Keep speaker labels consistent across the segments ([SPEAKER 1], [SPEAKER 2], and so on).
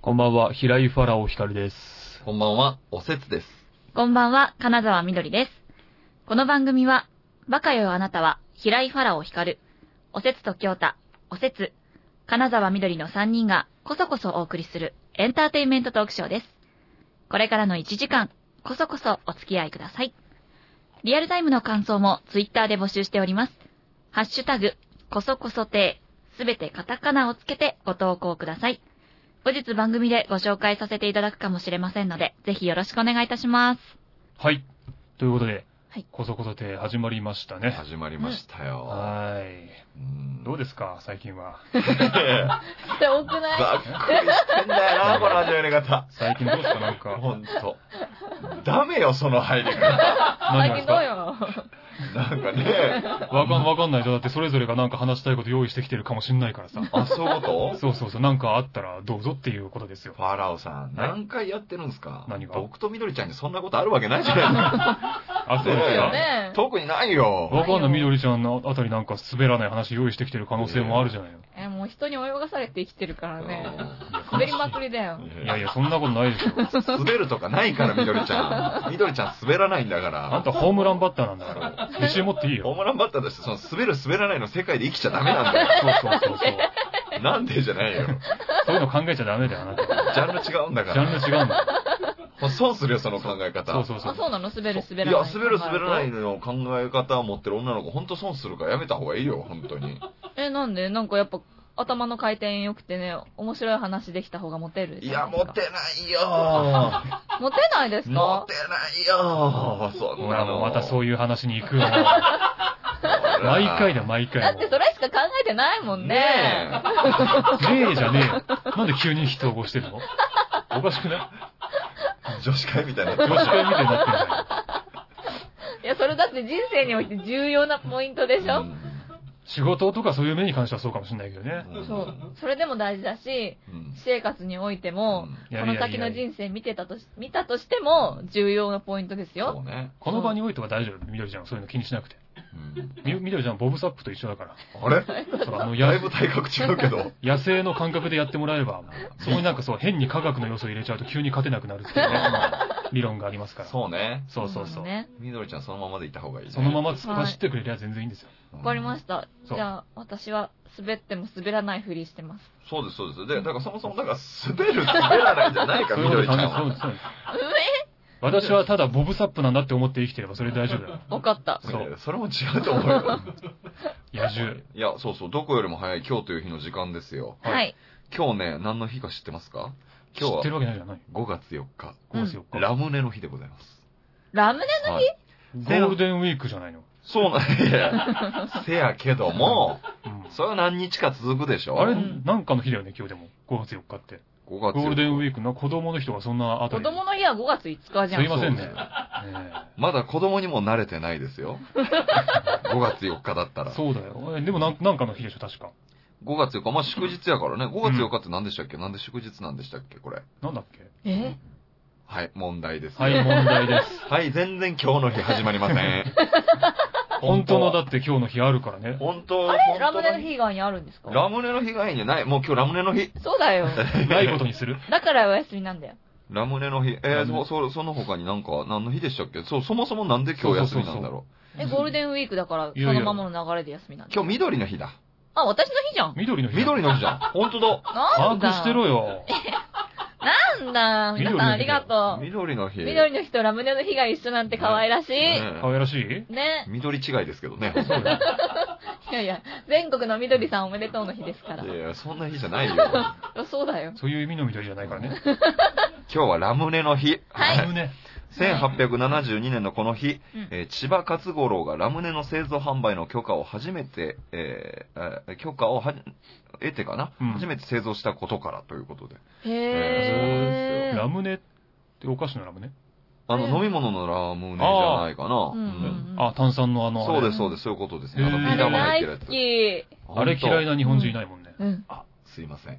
[SPEAKER 1] こんばんは、平井ファラオ光です。
[SPEAKER 2] こんばんは、おせつです。
[SPEAKER 3] こんばんは、金沢みどりです。この番組は、バカよあなたは、平井ファラオ光る、おせつと京太、おせつ、金沢みどりの3人が、こそこそお送りする、エンターテインメントトークショーです。これからの1時間、こそこそお付き合いください。リアルタイムの感想も、ツイッターで募集しております。ハッシュタグ、こそこそてい、すべてカタカナをつけてご投稿ください。後日番組でご紹介させていただくかもしれませんので、ぜひよろしくお願いいたします。
[SPEAKER 1] はい。ということで、
[SPEAKER 3] はい
[SPEAKER 1] こそこそて始まりましたね。
[SPEAKER 2] 始まりましたよ。
[SPEAKER 1] は
[SPEAKER 2] うん
[SPEAKER 1] い。どうですか、最近は。
[SPEAKER 3] って多く
[SPEAKER 2] ざっくりしてんだよな、この始まり方。
[SPEAKER 1] 最近どうですか、なん か。
[SPEAKER 2] ほんと。ダメよ、その入り方。
[SPEAKER 1] 何がですか
[SPEAKER 3] よ。
[SPEAKER 2] なんかね、
[SPEAKER 1] わかん、わかんないじゃんだってそれぞれがなんか話したいこと用意してきてるかもしんないからさ。
[SPEAKER 2] あ、そういうこと
[SPEAKER 1] そうそうそう、なんかあったらどうぞっていうことですよ
[SPEAKER 2] フ。ァラオさん、
[SPEAKER 1] はい
[SPEAKER 2] 何回やってるんですか
[SPEAKER 1] 何が
[SPEAKER 2] 僕とみどりちゃんにそんなことあるわけないじゃないで
[SPEAKER 1] あ、そうです
[SPEAKER 2] よ
[SPEAKER 1] か。
[SPEAKER 2] す
[SPEAKER 3] ね
[SPEAKER 2] か。特にない
[SPEAKER 1] わ
[SPEAKER 2] よ。
[SPEAKER 1] かんない、みどりちゃんのあたりなんか滑らない話用意してきてる可能性もあるじゃないの。
[SPEAKER 4] え、もう人に泳がされて生きてるからね。滑
[SPEAKER 1] 悲し
[SPEAKER 4] りまくりだよ。
[SPEAKER 1] いやいや、そんなことないで しょ。
[SPEAKER 2] 滑るとかないから、みどりちゃん。みどりちゃん滑らないんだから。
[SPEAKER 1] あんたホームランバッターなんだから、自信持っていい
[SPEAKER 2] ホー
[SPEAKER 1] よ。
[SPEAKER 2] ムランバッターとして、その滑る滑らないの世界で生きちゃダメなんだよ。
[SPEAKER 1] そうそうそうそう。
[SPEAKER 2] なんでじゃないよ。
[SPEAKER 1] そういうの考えちゃダメだよ、あなた。
[SPEAKER 2] ジャンル違うんだか
[SPEAKER 1] ジャンル
[SPEAKER 2] ら。
[SPEAKER 1] 違うんだよ。
[SPEAKER 2] もう損するよ、その考え方。
[SPEAKER 1] そうそうそ
[SPEAKER 4] あ、
[SPEAKER 1] う。
[SPEAKER 4] そうなの滑る滑ら
[SPEAKER 2] いや
[SPEAKER 4] ない。、
[SPEAKER 2] 滑る滑らない。の考え方を持ってる女の子、ほんと損するからやめた方がいいよ、本当 に。
[SPEAKER 4] え、なんでなんかやっぱ、頭の回転良くてね、面白い話できた方がモテる
[SPEAKER 2] い
[SPEAKER 4] じゃ
[SPEAKER 2] や、
[SPEAKER 4] なで
[SPEAKER 2] モ
[SPEAKER 4] すか
[SPEAKER 2] テない よ
[SPEAKER 4] モテないです
[SPEAKER 2] モ
[SPEAKER 4] か
[SPEAKER 2] テないよそん
[SPEAKER 1] ほ
[SPEAKER 2] な
[SPEAKER 1] ら、も
[SPEAKER 2] の。
[SPEAKER 1] うまたそうういう話に行くの。
[SPEAKER 2] いう
[SPEAKER 1] 毎回だよ、毎
[SPEAKER 4] だ
[SPEAKER 1] 回。
[SPEAKER 4] っ
[SPEAKER 1] も
[SPEAKER 4] てそれしか考えてないもん
[SPEAKER 2] ね
[SPEAKER 4] ね。
[SPEAKER 2] え。
[SPEAKER 1] うねえじゃねえよ。なんで急に人を起こしてんのおかしくない
[SPEAKER 2] 女子会みたいになって
[SPEAKER 1] 女
[SPEAKER 2] ま
[SPEAKER 1] 子
[SPEAKER 2] すよ
[SPEAKER 1] 会みたいになってんだよ。
[SPEAKER 4] いや、それだって人生において重要なポイントでし
[SPEAKER 2] う
[SPEAKER 4] ょ
[SPEAKER 2] ん
[SPEAKER 1] 仕事とかそういう面に関してはそうかもしれないけどね。
[SPEAKER 4] そう。それでも大事だし、
[SPEAKER 2] うん。
[SPEAKER 4] 私生活においても、
[SPEAKER 1] いや
[SPEAKER 4] こ
[SPEAKER 1] いやい
[SPEAKER 4] の
[SPEAKER 1] やいや
[SPEAKER 4] 先の人生見てたとし、見たとしても重要なポイントです
[SPEAKER 2] そ
[SPEAKER 4] よ。
[SPEAKER 2] うね。
[SPEAKER 1] この場においては大丈夫、みどりちゃんはそういうの気にしなくて。
[SPEAKER 2] うん
[SPEAKER 1] みみどりちゃんはボブサップと一緒だから。
[SPEAKER 2] あれ
[SPEAKER 1] そうあの
[SPEAKER 2] だ
[SPEAKER 1] や
[SPEAKER 2] いぶ体格違うけ ど。
[SPEAKER 1] 野生の感覚でやってもらえれば、そこになんかそう変に科学の要素を入れちゃうと急に勝てなくなるっていうね、 理論がありますから。
[SPEAKER 2] そうね。
[SPEAKER 1] そうそう
[SPEAKER 4] な
[SPEAKER 1] そ
[SPEAKER 4] の
[SPEAKER 1] う。
[SPEAKER 4] ね。
[SPEAKER 2] みどりちゃんそのままでいた方がいいね。
[SPEAKER 1] そのまま突っ走ってくれりゃ全然いいんですよ。
[SPEAKER 2] うん
[SPEAKER 4] わかりました。
[SPEAKER 1] そ
[SPEAKER 4] じ
[SPEAKER 1] う
[SPEAKER 4] ゃあ、私は滑っても滑らないふりしてます。
[SPEAKER 2] そうです、そうです。で、だからそもそも、だから滑る、滑らないじゃない
[SPEAKER 1] そ
[SPEAKER 2] か、
[SPEAKER 1] う
[SPEAKER 2] み
[SPEAKER 1] いうこ
[SPEAKER 2] ど
[SPEAKER 1] と
[SPEAKER 2] りちゃん
[SPEAKER 1] そう
[SPEAKER 2] は。
[SPEAKER 1] ですそうです私はただボブサップなんだって思って生きてればそれで大丈夫だ よ。
[SPEAKER 4] わかった。
[SPEAKER 1] そう
[SPEAKER 2] いやそれも違うと思うよ。
[SPEAKER 1] 野獣。
[SPEAKER 2] いや、そうそう、どこよりも早い今日という日の時間ですよ。
[SPEAKER 1] はい
[SPEAKER 4] はい。
[SPEAKER 2] 今日ね、何の日か知ってますか今
[SPEAKER 1] 知っ
[SPEAKER 2] 日
[SPEAKER 1] て
[SPEAKER 2] は
[SPEAKER 1] るわけないじゃない。
[SPEAKER 2] 5月4日、
[SPEAKER 1] 5月4日。
[SPEAKER 2] ラムネの日でございます。
[SPEAKER 4] ラムネ
[SPEAKER 2] はい
[SPEAKER 1] ゴールデンウィークじゃないの。
[SPEAKER 2] そうなんや。せやけども、
[SPEAKER 1] うん
[SPEAKER 2] それは何日か続くでしょ
[SPEAKER 1] あれ、
[SPEAKER 4] うん
[SPEAKER 1] なんかの日だよね、今日でも。5月4日って。
[SPEAKER 2] 5月4日。
[SPEAKER 1] ゴールデンウィークの子供の人がそんなあた
[SPEAKER 4] 子
[SPEAKER 1] りで。
[SPEAKER 4] 供の日は5月5日じゃ
[SPEAKER 1] すいま
[SPEAKER 4] ん。
[SPEAKER 1] せんね。
[SPEAKER 2] そうです
[SPEAKER 1] ね
[SPEAKER 2] まだ子供にも慣れてないです よ。5月4日だった
[SPEAKER 1] え
[SPEAKER 2] ら。5
[SPEAKER 1] そうだよ。えでもなんなんかの日でしょ、確か。
[SPEAKER 2] 月4日、まあ祝日やからね。5月4日って何でしたっけなんで祝日なんでしたっけこれ。
[SPEAKER 1] なんだっけ
[SPEAKER 4] え
[SPEAKER 2] はい、問題です。
[SPEAKER 1] はい、問題です。
[SPEAKER 2] はい、全然今日の日始まりませ ん。
[SPEAKER 1] 本当のだって今日の日あるからね。
[SPEAKER 2] 本当
[SPEAKER 4] あれ
[SPEAKER 2] 本当
[SPEAKER 4] ラムネの日以外にあるんですか
[SPEAKER 2] ラムネの日がいいんじゃないもう今日ラムネの日。
[SPEAKER 4] そ うだよ。
[SPEAKER 1] ないことにする。
[SPEAKER 4] だからお休みなんだよ。
[SPEAKER 2] ラムネの日。え
[SPEAKER 1] ラ
[SPEAKER 2] ー、
[SPEAKER 1] ムネ
[SPEAKER 2] そ、そ、その他になんか、何の日でしたっけそう、そもそもなんで今日休みなんだろ
[SPEAKER 4] え、ゴールデンウィークだから、
[SPEAKER 1] い
[SPEAKER 4] そ
[SPEAKER 1] やいや
[SPEAKER 4] のままの流れで休みなん
[SPEAKER 2] う
[SPEAKER 4] だ。
[SPEAKER 2] 今日緑の日だ。
[SPEAKER 4] あ、私の日じゃん。
[SPEAKER 1] 緑の日。
[SPEAKER 2] 緑の日 じゃん。本当だ。
[SPEAKER 4] な
[SPEAKER 1] 把
[SPEAKER 4] ん
[SPEAKER 1] 握
[SPEAKER 4] だ。
[SPEAKER 1] してろよ。
[SPEAKER 4] なんだ。皆さんありがとう。
[SPEAKER 2] 緑の日。
[SPEAKER 4] 緑の日とラムネの日が一緒なんて可愛らしい。
[SPEAKER 2] ね
[SPEAKER 1] 可愛らしい
[SPEAKER 4] ね。
[SPEAKER 2] 緑違いですけどね。
[SPEAKER 1] そうだよ。
[SPEAKER 4] いやいや、全国の緑さんおめでとうの日ですから。
[SPEAKER 2] い
[SPEAKER 4] い
[SPEAKER 2] やいや、そんな日じゃないよ。
[SPEAKER 4] やそうだよ。
[SPEAKER 1] そういう意味の緑じゃないからね。
[SPEAKER 2] 今日はラムネの日。
[SPEAKER 1] ラムネ。
[SPEAKER 2] 1872年のこの日、
[SPEAKER 4] うん
[SPEAKER 2] えー千葉勝五郎がラムネの製造販売の許可を初めて、えーえー許可をはじ得てかな、
[SPEAKER 1] うん
[SPEAKER 2] 初めて製造したことからということで。
[SPEAKER 4] へ
[SPEAKER 1] ラ
[SPEAKER 4] ー。
[SPEAKER 1] ムネってお菓子のラムネ
[SPEAKER 2] あの、
[SPEAKER 4] うん
[SPEAKER 2] 飲み物のラムネじゃないかな。
[SPEAKER 4] うんうん
[SPEAKER 1] あ、炭酸のあの、あ
[SPEAKER 2] そ
[SPEAKER 1] れ
[SPEAKER 2] うです、そうです、そういうことですね。
[SPEAKER 1] へー
[SPEAKER 2] あの、ビ
[SPEAKER 4] あ
[SPEAKER 2] ー
[SPEAKER 4] れ
[SPEAKER 2] 玉入っ
[SPEAKER 4] 大
[SPEAKER 2] てる
[SPEAKER 4] 好
[SPEAKER 2] やつ。
[SPEAKER 4] き。
[SPEAKER 1] あれ嫌い
[SPEAKER 2] な。
[SPEAKER 1] な日本人いないもんね。
[SPEAKER 4] うん。
[SPEAKER 2] あ、すいません。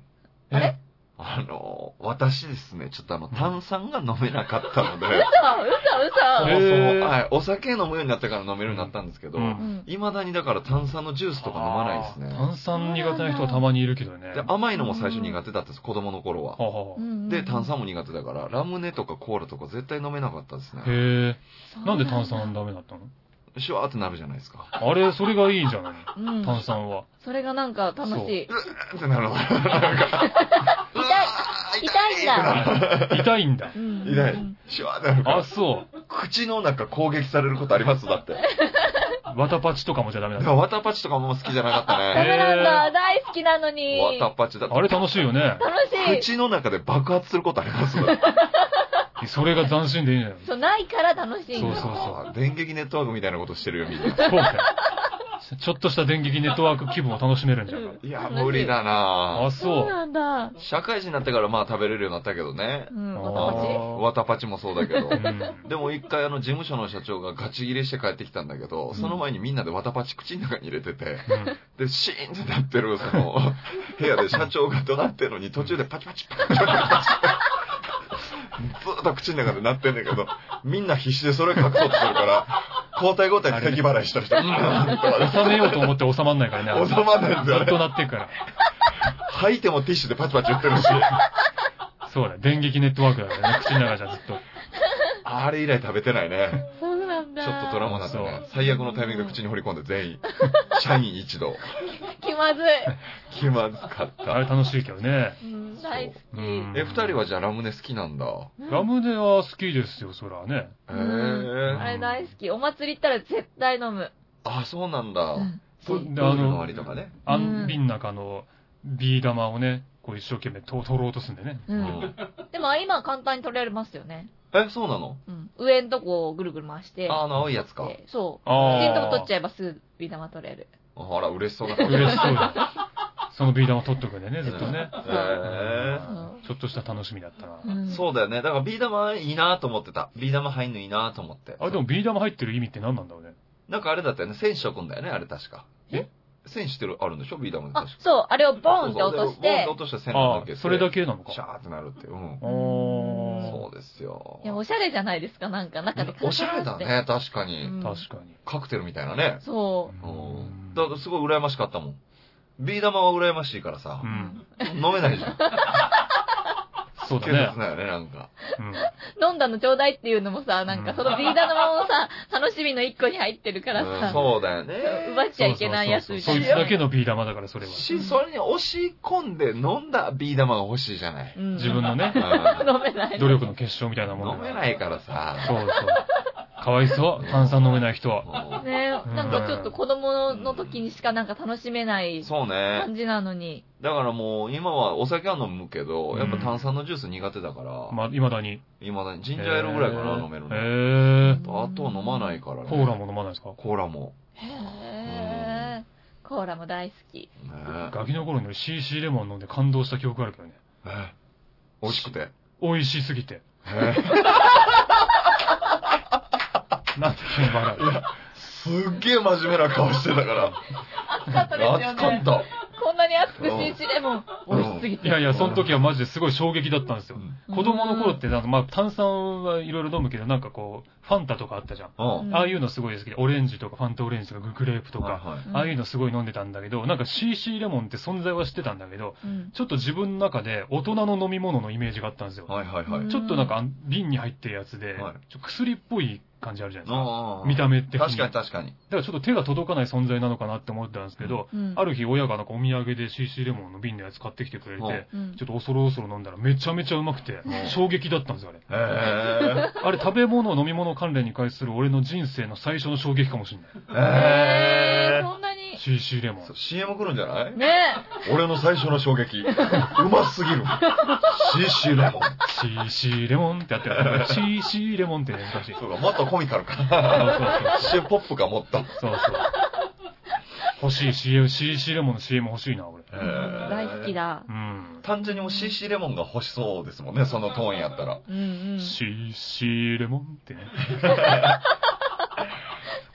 [SPEAKER 1] え
[SPEAKER 2] あの、私ですね、ちょっとあの、炭酸が飲めなかった ので、
[SPEAKER 1] う
[SPEAKER 2] そ
[SPEAKER 1] ん
[SPEAKER 2] も
[SPEAKER 4] 嘘嘘嘘
[SPEAKER 2] そ
[SPEAKER 1] へー
[SPEAKER 2] も、はい、お酒飲むようになってから飲めるようになったんですけど、
[SPEAKER 1] う
[SPEAKER 4] うんん
[SPEAKER 2] いまだにだから炭酸のジュースとか飲まないです
[SPEAKER 1] あー
[SPEAKER 2] ね。
[SPEAKER 1] 炭酸苦手な人はたまにいるけどね。
[SPEAKER 2] で、甘いのも最初苦手だったんです、子供の頃
[SPEAKER 1] は。
[SPEAKER 2] は
[SPEAKER 1] あは
[SPEAKER 4] うんうん
[SPEAKER 2] で、炭酸も苦手だから、ラムネとかコーラとか絶対飲めなかったです
[SPEAKER 1] あ
[SPEAKER 2] ね。
[SPEAKER 1] へ
[SPEAKER 4] そ
[SPEAKER 1] え。
[SPEAKER 4] う
[SPEAKER 1] なんで炭酸ダメだったの
[SPEAKER 2] シュワーってなるじゃないですか。
[SPEAKER 1] あれ、それがいいんじゃない
[SPEAKER 4] うん
[SPEAKER 1] 炭酸は。
[SPEAKER 4] それがなんか楽しい。
[SPEAKER 2] ってな るの。なんか、うわー
[SPEAKER 3] 痛いんだ
[SPEAKER 1] 痛いんだ。
[SPEAKER 4] うん
[SPEAKER 2] 痛
[SPEAKER 4] う
[SPEAKER 2] い
[SPEAKER 4] ん。
[SPEAKER 2] シュワーってなるか
[SPEAKER 1] あ、
[SPEAKER 2] ら。
[SPEAKER 1] そう。
[SPEAKER 2] 口の中攻撃されることありますだ って。
[SPEAKER 1] わたパチとかもじゃダメだ
[SPEAKER 2] でも、ワタパチとかも好きじゃなかった
[SPEAKER 4] ダ
[SPEAKER 2] ね。
[SPEAKER 4] メなんだ、大好きなのに。
[SPEAKER 2] ワタパチだって
[SPEAKER 1] あれ楽しいよね。
[SPEAKER 4] 楽しい。
[SPEAKER 2] 口の中で爆発することありますだって
[SPEAKER 1] それが斬新でいいんじゃない
[SPEAKER 4] そう、ないから楽しいん
[SPEAKER 1] そう
[SPEAKER 4] だ。
[SPEAKER 1] そう
[SPEAKER 2] あー電撃ネットワークみたいなことしてるよ、みんな。
[SPEAKER 1] そうだよ。ちょっとした電撃ネットワーク気分を楽しめるんじゃないか
[SPEAKER 2] いや、
[SPEAKER 4] 楽しい
[SPEAKER 2] 無理だな
[SPEAKER 1] あ、
[SPEAKER 2] ぁ
[SPEAKER 1] そう。
[SPEAKER 4] なんだ。
[SPEAKER 2] 社会人になってからまあ食べれるようになったけどね
[SPEAKER 4] う。ん、
[SPEAKER 1] あー
[SPEAKER 4] わたパ
[SPEAKER 2] ワタパチもそうだけど
[SPEAKER 1] う。ん
[SPEAKER 2] でも一回あの事務所の社長がガチ切れして帰ってきたんだけど、その前にみんなでワタパチ口の中に入れてて、
[SPEAKER 1] うん
[SPEAKER 2] で、シーンってなってる、その、部屋で社長が怒鳴ってるのに途中でパチパチパチパチパチ。ずーっと口の中で鳴ってんだけど、みんな必死でそれ隠そうとするから、交代交代で咳払いしたりして、うんと
[SPEAKER 1] 収めようと思って収まんないからねあれ。
[SPEAKER 2] 収まんないんですよ
[SPEAKER 1] ずっ
[SPEAKER 2] ね
[SPEAKER 1] となってるから。
[SPEAKER 2] 吐いてもティッシュでパチパチ言ってるし、
[SPEAKER 1] そうだ、電撃ネットワークだからね、口の中じゃずっと。
[SPEAKER 2] あれ以来食べてないね。
[SPEAKER 4] チ。そうなん
[SPEAKER 2] ちょ
[SPEAKER 4] だ。
[SPEAKER 2] っとドラマだったね
[SPEAKER 1] そ。
[SPEAKER 2] 最悪のタイミングで口に掘り込んで全員、社員一同。
[SPEAKER 4] 気まず
[SPEAKER 2] 気まずかっ
[SPEAKER 1] あ
[SPEAKER 2] た。
[SPEAKER 1] れ楽しいけどね。
[SPEAKER 4] い。うん、大好き。
[SPEAKER 1] うん
[SPEAKER 2] え、二人はじゃあラムネ好きなんだ。
[SPEAKER 1] ラムネは好きですよ、そらね。
[SPEAKER 2] へ
[SPEAKER 4] う
[SPEAKER 2] え
[SPEAKER 4] んあれ大好き。お祭り行ったら絶対飲む。
[SPEAKER 2] あ、そうなんだ。
[SPEAKER 1] そう
[SPEAKER 2] プール
[SPEAKER 1] であの
[SPEAKER 2] の割とかね。
[SPEAKER 1] あ
[SPEAKER 4] うん
[SPEAKER 1] ん、瓶の中のビー玉をね、こう一生懸命と取ろうとするんでね。
[SPEAKER 4] う。
[SPEAKER 2] うんん
[SPEAKER 4] でもあれ今は簡単に取れますよね。
[SPEAKER 2] え、そうなの
[SPEAKER 4] うん。上んとこをぐるぐる回して。
[SPEAKER 2] ああの青いやつか。
[SPEAKER 4] でそう。
[SPEAKER 1] あ
[SPEAKER 4] 上
[SPEAKER 1] ー
[SPEAKER 4] んとこ取っちゃえばすぐビー玉取れる。
[SPEAKER 2] あら、嬉しそうな顔。
[SPEAKER 1] 嬉しそうだ。そのビー玉取っとくんでね、ずっとね。
[SPEAKER 2] へえ
[SPEAKER 4] うん
[SPEAKER 1] ちょっとした楽しみだったな。
[SPEAKER 4] うん
[SPEAKER 2] そうだよね。だからビー玉いいなと思ってた。ビー玉入んのいいなと思って。
[SPEAKER 1] あれでもビー玉入ってる意味って何なんだろうね。
[SPEAKER 2] なんかあれだったよね。選手とくんだよね、あれ確か。
[SPEAKER 1] え
[SPEAKER 2] 選手ってるあるんでしょビー玉で
[SPEAKER 4] あ
[SPEAKER 2] 確か。、
[SPEAKER 4] そう。あれをボーンって落とし
[SPEAKER 2] ボンって
[SPEAKER 4] て。
[SPEAKER 2] 落として線
[SPEAKER 1] あ
[SPEAKER 2] 抜け
[SPEAKER 1] あ、
[SPEAKER 2] て。
[SPEAKER 1] それだけなのか。
[SPEAKER 2] シャーってなるっていう。うん。
[SPEAKER 1] あー
[SPEAKER 2] そうですよ
[SPEAKER 4] い。や、おしゃれじゃないですか。なんか中でカラカラって。
[SPEAKER 2] おしゃれだね、確か
[SPEAKER 4] う
[SPEAKER 2] に。
[SPEAKER 4] ん。
[SPEAKER 1] 確かに。
[SPEAKER 2] カクテルみたいなね。
[SPEAKER 4] そうう。
[SPEAKER 2] うん。だからすごい羨ましかったもん。ビー玉は羨ましいからさ
[SPEAKER 1] う。ん。
[SPEAKER 2] 飲めないじゃん。
[SPEAKER 1] そうだ
[SPEAKER 2] けど
[SPEAKER 1] ね。
[SPEAKER 2] だよね、なんか。
[SPEAKER 1] うん。
[SPEAKER 4] 飲んだのちょうだいっていうのもさ、なんかそのビー玉もさ、楽しみの一個に入ってるから
[SPEAKER 2] うん
[SPEAKER 4] さ、
[SPEAKER 2] そうだよね。
[SPEAKER 4] 奪っちゃいけないやつ
[SPEAKER 1] そう
[SPEAKER 4] み
[SPEAKER 1] そう
[SPEAKER 4] た
[SPEAKER 1] そうそ
[SPEAKER 4] い
[SPEAKER 1] いつ
[SPEAKER 4] な。
[SPEAKER 1] だけのビー玉だから、それは。
[SPEAKER 2] し、それに押し込んで飲んだビー玉が欲しいじゃない。
[SPEAKER 4] うん
[SPEAKER 1] 自分のね
[SPEAKER 2] う、ん
[SPEAKER 4] 飲めない。
[SPEAKER 1] 努力の結晶みたいなもん。
[SPEAKER 2] 飲めないいからさ。
[SPEAKER 1] そうそう。かわいそう。炭酸飲めない人は。
[SPEAKER 2] うん
[SPEAKER 4] ねなんかちょっと子供の時にしかなんか楽しめない
[SPEAKER 2] そうね。
[SPEAKER 4] 感じなのに。
[SPEAKER 2] だからもう、今はお酒は飲むけど、
[SPEAKER 1] うん
[SPEAKER 2] やっぱ炭酸のジュース苦手だから、
[SPEAKER 1] まあ、未だに。
[SPEAKER 2] 今だにジンジャーエールぐらいかな、飲めるの。
[SPEAKER 1] へ
[SPEAKER 2] あとは飲まないから
[SPEAKER 1] え。
[SPEAKER 2] ね。
[SPEAKER 1] コーラも飲まないですか
[SPEAKER 2] コーラも。
[SPEAKER 4] へー。コーラも大好き。
[SPEAKER 2] ね
[SPEAKER 1] ガキの頃に俺 CC レモン飲んで感動した記憶があるけどね。
[SPEAKER 2] え美味しくて。
[SPEAKER 1] 美味しすぎて。
[SPEAKER 2] え
[SPEAKER 1] なんて急に笑う。
[SPEAKER 2] すっげえ真面目な顔してたから。
[SPEAKER 4] 暑かったですよね。
[SPEAKER 2] 熱かった。
[SPEAKER 4] こんなに暑くししレモン。美
[SPEAKER 2] うん
[SPEAKER 4] 味しすぎ
[SPEAKER 1] い
[SPEAKER 4] て。
[SPEAKER 1] やいや、その時はマジですごい衝撃だったんですよ。
[SPEAKER 4] うん
[SPEAKER 1] 子供の頃って、なんかまあ炭酸はいろいろ飲むけど、なんかこう、ファンタとかあったじゃん。
[SPEAKER 2] うん。
[SPEAKER 1] ああいうのすごいですけど、オレンジとかファンタオレンジとかグレープとか、
[SPEAKER 2] はいはい
[SPEAKER 4] うん
[SPEAKER 1] ああいうのすごい飲んでたんだけど、なんか CC レモンって存在は知ってたんだけど、
[SPEAKER 4] うん
[SPEAKER 1] ちょっと自分の中で大人の飲み物のイメージがあったんですよ。
[SPEAKER 2] はいはいはい。
[SPEAKER 1] ちょっとなんかあん瓶に入ってるやつで、
[SPEAKER 2] はい
[SPEAKER 1] ちょっと薬っぽい感じあるじゃないです
[SPEAKER 2] あ
[SPEAKER 1] か。
[SPEAKER 2] あ
[SPEAKER 1] 見た目って。
[SPEAKER 2] 確かに
[SPEAKER 1] だか
[SPEAKER 2] 確かに。
[SPEAKER 1] らちょっと手が届かない存在なのかなって思ってたんですけど、
[SPEAKER 4] うん
[SPEAKER 1] ある日親がなんかお土産で CC レモンの瓶のやつ買ってきてくれて、
[SPEAKER 2] はい
[SPEAKER 4] うん
[SPEAKER 1] ちょっと恐る恐る飲んだらめちゃめちゃうまくて
[SPEAKER 2] うん、
[SPEAKER 1] 衝撃だったんですよ、あれ。
[SPEAKER 2] へえ。
[SPEAKER 1] あれ食べ物、飲み物関連に関する俺の人生の最初の衝撃かもしれない。
[SPEAKER 2] え
[SPEAKER 4] へー。そんなに。
[SPEAKER 1] CC レモン
[SPEAKER 2] ー。。CM 来るんじゃない
[SPEAKER 4] ねえ。
[SPEAKER 2] 俺の最初の衝撃。うますぎる。CC レモン。
[SPEAKER 1] CC レモンってやってる。CC レモンってね難しい。そ
[SPEAKER 2] そううか、もっとコミカル
[SPEAKER 1] そ
[SPEAKER 2] か。
[SPEAKER 1] うそう。
[SPEAKER 2] シュポップか、もっと。へ
[SPEAKER 1] そうそう。欲しい CM、CC レモンの CM 欲しいな、俺。
[SPEAKER 2] ー
[SPEAKER 4] 大好き。だ。
[SPEAKER 1] うん。
[SPEAKER 2] 単純にもう CC レモンが欲しそうですもんね、そのトーンやったら。
[SPEAKER 4] うんうん。
[SPEAKER 1] CC レモン ってね。